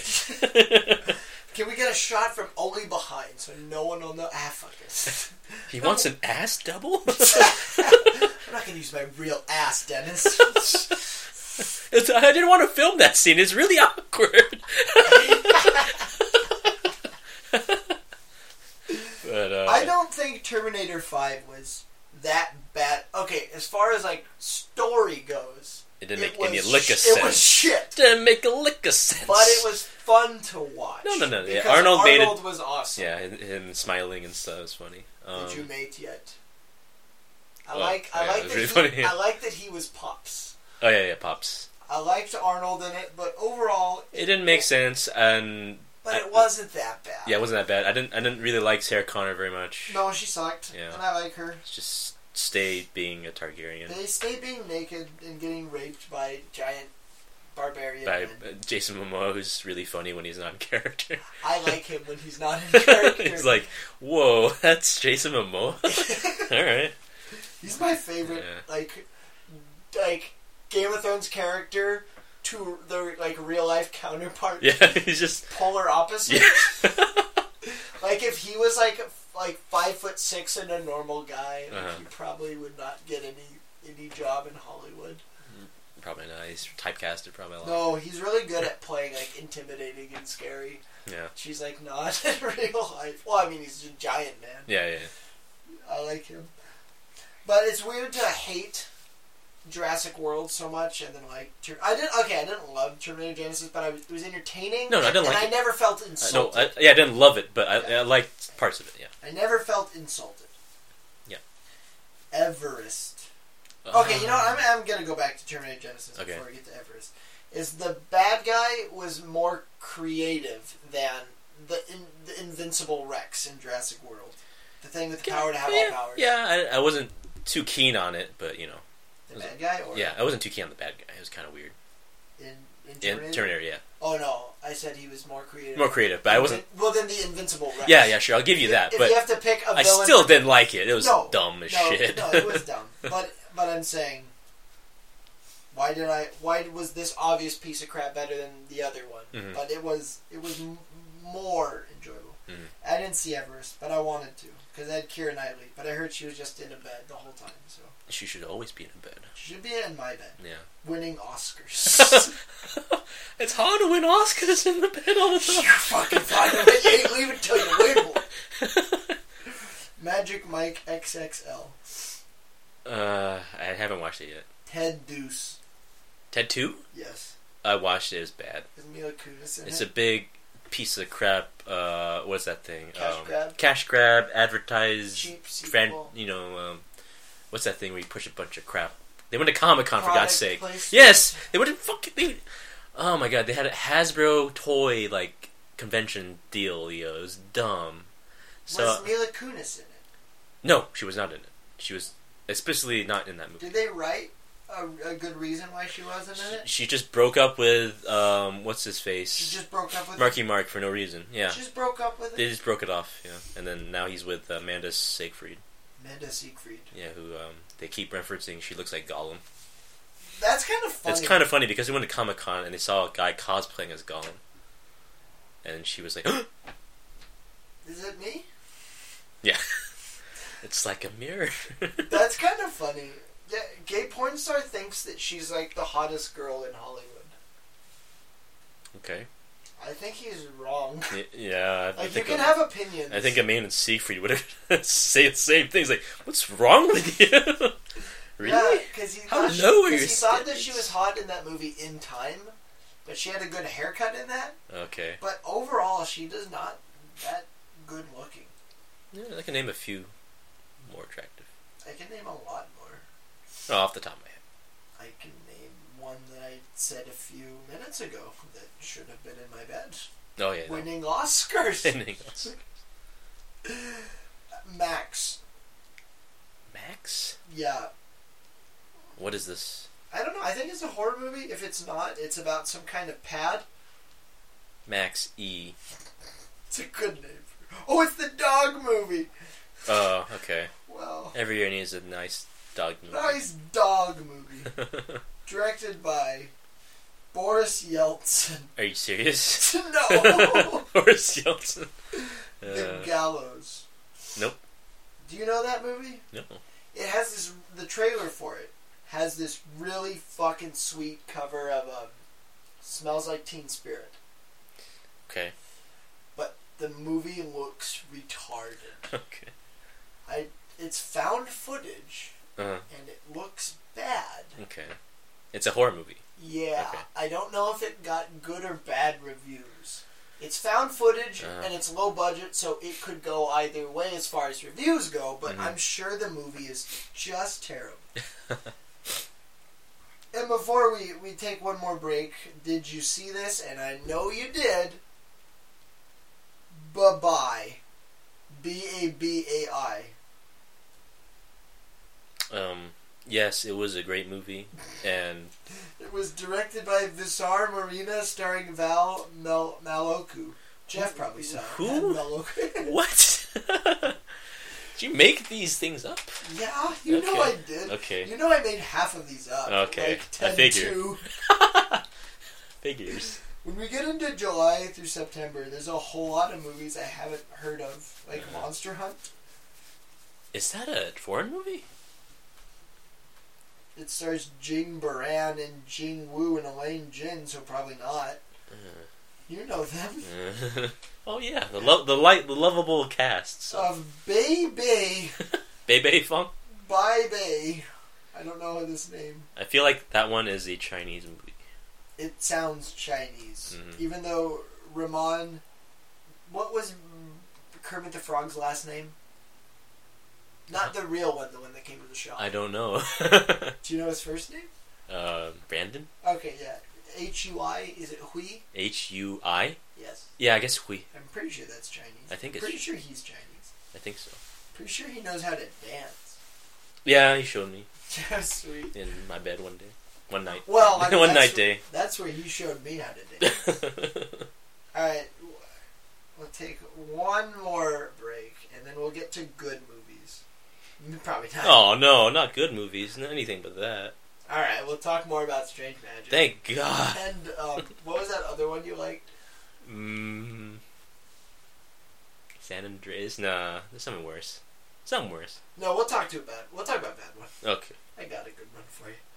Speaker 4: Can we get a shot from only behind so no one will know? Ah, fuck it.
Speaker 3: he wants an ass double.
Speaker 4: I'm not gonna use my real ass, Dennis.
Speaker 3: It's- I didn't want to film that scene. It's really awkward. but uh,
Speaker 4: I don't think Terminator Five was that bad. Okay, as far as like story goes,
Speaker 3: It didn't make any
Speaker 4: was
Speaker 3: lick
Speaker 4: sh-
Speaker 3: of
Speaker 4: It
Speaker 3: sense.
Speaker 4: was shit,
Speaker 3: Didn't make a lick of sense.
Speaker 4: but it was fun to watch.
Speaker 3: No, no, no, yeah,
Speaker 4: because
Speaker 3: Arnold made it-
Speaker 4: was awesome.
Speaker 3: Yeah, him, him smiling and stuff is funny. Um,
Speaker 4: Did you mate yet? I
Speaker 3: oh,
Speaker 4: like. I
Speaker 3: yeah,
Speaker 4: like
Speaker 3: it was
Speaker 4: that.
Speaker 3: really
Speaker 4: he,
Speaker 3: funny.
Speaker 4: I like that he was pops.
Speaker 3: oh yeah, yeah, pops.
Speaker 4: I liked Arnold in it, but overall,
Speaker 3: It didn't make sense, and
Speaker 4: but
Speaker 3: I-
Speaker 4: it wasn't that bad.
Speaker 3: yeah, it wasn't that bad. I didn't, I didn't really like Sarah Connor very much.
Speaker 4: No, she sucked,
Speaker 3: Yeah.
Speaker 4: and I like her.
Speaker 3: Just stay being a Targaryen.
Speaker 4: They stay being naked and getting raped by giant barbarian.
Speaker 3: By
Speaker 4: men.
Speaker 3: uh, Jason Momoa, who's really funny when he's not in character.
Speaker 4: I like him when he's not in character.
Speaker 3: It's like, whoa, that's Jason Momoa. All right.
Speaker 4: he's my favorite.
Speaker 3: Yeah.
Speaker 4: Like, like Game of Thrones character to their like real life counterpart.
Speaker 3: Yeah, he's just
Speaker 4: Polar opposite.
Speaker 3: yeah.
Speaker 4: Like if he was like f- like five foot six and a normal guy, like,
Speaker 3: Uh-huh.
Speaker 4: he probably would not get any any job in Hollywood.
Speaker 3: probably not. He's typecasted probably a lot.
Speaker 4: No, he's really good at playing like intimidating and scary.
Speaker 3: Yeah.
Speaker 4: She's like not in real life. Well, I mean, he's a giant man.
Speaker 3: Yeah, yeah.
Speaker 4: I like him, but it's weird to hate Jurassic World so much, and then like Ter- I didn't. Okay, I didn't love Terminator Genesis, but I was, it was entertaining.
Speaker 3: No, no, I didn't
Speaker 4: and
Speaker 3: like
Speaker 4: I
Speaker 3: it.
Speaker 4: never felt
Speaker 3: I, no,
Speaker 4: insulted.
Speaker 3: I, yeah, I didn't love it, but I,
Speaker 4: Yeah.
Speaker 3: I liked parts of it. Yeah.
Speaker 4: I never felt insulted.
Speaker 3: Yeah. Uh-huh.
Speaker 4: Everest. Okay, you know
Speaker 3: Uh,
Speaker 4: what? I'm, I'm gonna go back to Terminator Genesis
Speaker 3: Okay.
Speaker 4: before we get to Everest. Is the bad guy was more creative than the, in, the Invincible Rex in Jurassic World, the thing with the power to have
Speaker 3: yeah,
Speaker 4: all powers.
Speaker 3: Yeah, I, I wasn't too keen on it, but you know,
Speaker 4: The bad guy, or
Speaker 3: yeah, I wasn't too keen on the bad guy. It was kind of weird.
Speaker 4: in, in
Speaker 3: Yeah,
Speaker 4: Terminator.
Speaker 3: Terminator, yeah,
Speaker 4: Oh no, I said he was more creative.
Speaker 3: more creative, but I wasn't.
Speaker 4: Well, then the Invincible Rex.
Speaker 3: Yeah, yeah, sure, I'll give you
Speaker 4: If-
Speaker 3: that,
Speaker 4: If
Speaker 3: but
Speaker 4: you have to pick a
Speaker 3: I
Speaker 4: villain
Speaker 3: still
Speaker 4: for-
Speaker 3: didn't like it. It was
Speaker 4: No,
Speaker 3: dumb as
Speaker 4: no,
Speaker 3: shit.
Speaker 4: No, it was dumb. But but I'm saying, why did I? Why was this obvious piece of crap better than the other one?
Speaker 3: Mhm.
Speaker 4: But it was it was m- more enjoyable.
Speaker 3: Mhm.
Speaker 4: I didn't see Everest, but I wanted to because I had Kira Knightley. But I heard she was just in a bed the whole time, so
Speaker 3: she should always be in a bed.
Speaker 4: she should be in my bed,
Speaker 3: Yeah,
Speaker 4: winning Oscars.
Speaker 3: it's hard to win Oscars in the bed all the
Speaker 4: you
Speaker 3: time.
Speaker 4: fucking find it. You ain't leaving till you win one. Magic Mike XXL.
Speaker 3: Uh, I haven't watched it yet.
Speaker 4: Ted Deuce.
Speaker 3: Ted Two,
Speaker 4: Yes.
Speaker 3: I watched it. It's bad.
Speaker 4: Is Mila Kunis in
Speaker 3: It's a
Speaker 4: it?
Speaker 3: big piece of crap. Uh, what's that thing?
Speaker 4: Cash
Speaker 3: um,
Speaker 4: grab?
Speaker 3: Cash grab. Advertised.
Speaker 4: Cheap
Speaker 3: fran-
Speaker 4: sequel.
Speaker 3: You know, um, what's that thing where you push a bunch of crap? They went to Comic Con for
Speaker 4: Product
Speaker 3: God's sake.
Speaker 4: placement.
Speaker 3: Yes, they went to fucking. They, oh my God, they had a Hasbro toy like convention deal. Yo, it was dumb. So
Speaker 4: was Mila Kunis in it?
Speaker 3: no, she was not in it. She was explicitly not in that movie.
Speaker 4: Did they write a, a good reason why she wasn't in it?
Speaker 3: She just broke up with um, what's his
Speaker 4: She
Speaker 3: face,
Speaker 4: just broke up with.
Speaker 3: Marky Mark for no reason. Yeah,
Speaker 4: She just broke up with
Speaker 3: They
Speaker 4: it.
Speaker 3: just broke it off, yeah. And then now he's with uh, Amanda Siegfried,
Speaker 4: Amanda Siegfried.
Speaker 3: yeah, who um, they keep referencing. She looks like Gollum.
Speaker 4: That's kind of funny.
Speaker 3: It's kind of funny because we went to Comic Con and they saw a guy cosplaying as Gollum. And she was like,
Speaker 4: Is it me?
Speaker 3: yeah. It's like a mirror.
Speaker 4: That's kind of funny. Yeah, gay porn star thinks that she's like the hottest girl in Hollywood.
Speaker 3: okay.
Speaker 4: I think he's wrong.
Speaker 3: Y- Yeah, I, I
Speaker 4: Like you
Speaker 3: think.
Speaker 4: can
Speaker 3: a-
Speaker 4: have opinions.
Speaker 3: I think Amanda Siegfried would say the same things. Like, what's wrong with you? really?
Speaker 4: because he
Speaker 3: How
Speaker 4: thought, she,
Speaker 3: low are
Speaker 4: 'cause
Speaker 3: your
Speaker 4: he thought that
Speaker 3: standards?
Speaker 4: she was hot in that movie in time, but she had a good haircut in that.
Speaker 3: Okay.
Speaker 4: But overall, she does not that good looking.
Speaker 3: Yeah, I can name a few more attractive.
Speaker 4: I can name a lot more.
Speaker 3: Oh, off the top of my head.
Speaker 4: I can name one that I said a few minutes ago that should have been in my bed.
Speaker 3: Oh, yeah. no.
Speaker 4: Winning Oscars.
Speaker 3: Anything else?
Speaker 4: Max.
Speaker 3: Max?
Speaker 4: Yeah.
Speaker 3: What is this?
Speaker 4: I don't know. I think it's a horror movie. If it's not, it's about some kind of pad.
Speaker 3: Max E.
Speaker 4: It's a good name. for- Oh, it's the dog movie.
Speaker 3: Oh, okay.
Speaker 4: Well,
Speaker 3: Every year needs a nice dog movie.
Speaker 4: nice dog movie. Directed by Boris Yeltsin.
Speaker 3: Are you serious?
Speaker 4: no.
Speaker 3: Horace Yeltsin.
Speaker 4: the
Speaker 3: Uh,
Speaker 4: Gallows.
Speaker 3: nope.
Speaker 4: Do you know that movie?
Speaker 3: no.
Speaker 4: it has this the trailer for it has this really fucking sweet cover of um, smells like teen spirit
Speaker 3: Okay.
Speaker 4: but the movie looks retarded
Speaker 3: Okay.
Speaker 4: I it's found footage
Speaker 3: Uh-huh.
Speaker 4: and it looks bad.
Speaker 3: Okay. It's a horror movie.
Speaker 4: Yeah,
Speaker 3: Okay.
Speaker 4: I don't know if it got good or bad reviews. It's found footage
Speaker 3: Uh-huh.
Speaker 4: and it's low budget, so it could go either way as far as reviews go. But
Speaker 3: Mhm.
Speaker 4: I'm sure the movie is just terrible. and before we we take one more break, did you see this? And I know you did. Bye bye, B A B A I.
Speaker 3: Um, yes, it was a great movie, and
Speaker 4: It was directed by Visar Marina, starring Val Mel- Maloku. Jeff probably saw it.
Speaker 3: Who?
Speaker 4: Val Maloku.
Speaker 3: what? Did you make these things up?
Speaker 4: yeah, you know I
Speaker 3: Okay.
Speaker 4: did.
Speaker 3: Okay.
Speaker 4: You know I made half of these up.
Speaker 3: Okay,
Speaker 4: Like
Speaker 3: I
Speaker 4: 10
Speaker 3: figure.
Speaker 4: to-
Speaker 3: Figures.
Speaker 4: When we get into July through September, there's a whole lot of movies I haven't heard of, like
Speaker 3: Uh-huh.
Speaker 4: Monster Hunt.
Speaker 3: Is that a foreign movie?
Speaker 4: It stars Jing Baran and Jing Wu and Elaine Jin, so probably not.
Speaker 3: Uh-huh.
Speaker 4: You know them.
Speaker 3: oh yeah, the lo- the light, the lovable cast. So.
Speaker 4: Of Bei Bei,
Speaker 3: Bebe Funk.
Speaker 4: Bai Bei. I don't know this name.
Speaker 3: I feel like that one is a Chinese movie.
Speaker 4: it sounds Chinese,
Speaker 3: Mhm.
Speaker 4: even though Ramon. What was Kermit the Frog's last name? Not the real one, the one that came to the show.
Speaker 3: Uh-huh. I don't know.
Speaker 4: Do you know his first name?
Speaker 3: uh, Brandon
Speaker 4: Okay, yeah. H U I is it Hui?
Speaker 3: H U I.
Speaker 4: Yes,
Speaker 3: Yeah, I guess Hui.
Speaker 4: I'm pretty sure that's Chinese.
Speaker 3: I think it's-
Speaker 4: pretty sure he's Chinese.
Speaker 3: I think so.
Speaker 4: Pretty sure he knows how to dance.
Speaker 3: Yeah, he showed me
Speaker 4: Yeah, sweet.
Speaker 3: in my bed one day, one night.
Speaker 4: Well, I mean,
Speaker 3: one
Speaker 4: that's
Speaker 3: night day.
Speaker 4: That's where he showed me how to dance. All right, w- we'll take one more break, and then we'll get to good movies. Mm, Probably not.
Speaker 3: oh no, not good movies. Not anything but that.
Speaker 4: All right, we'll talk more about Strange Magic.
Speaker 3: Thank God.
Speaker 4: And um, what was that other one you liked?
Speaker 3: Mm. San Andreas? Nah, there's something worse. Something worse.
Speaker 4: No, we'll talk to you about. We'll talk about that one.
Speaker 3: Okay.
Speaker 4: I got a good one for you.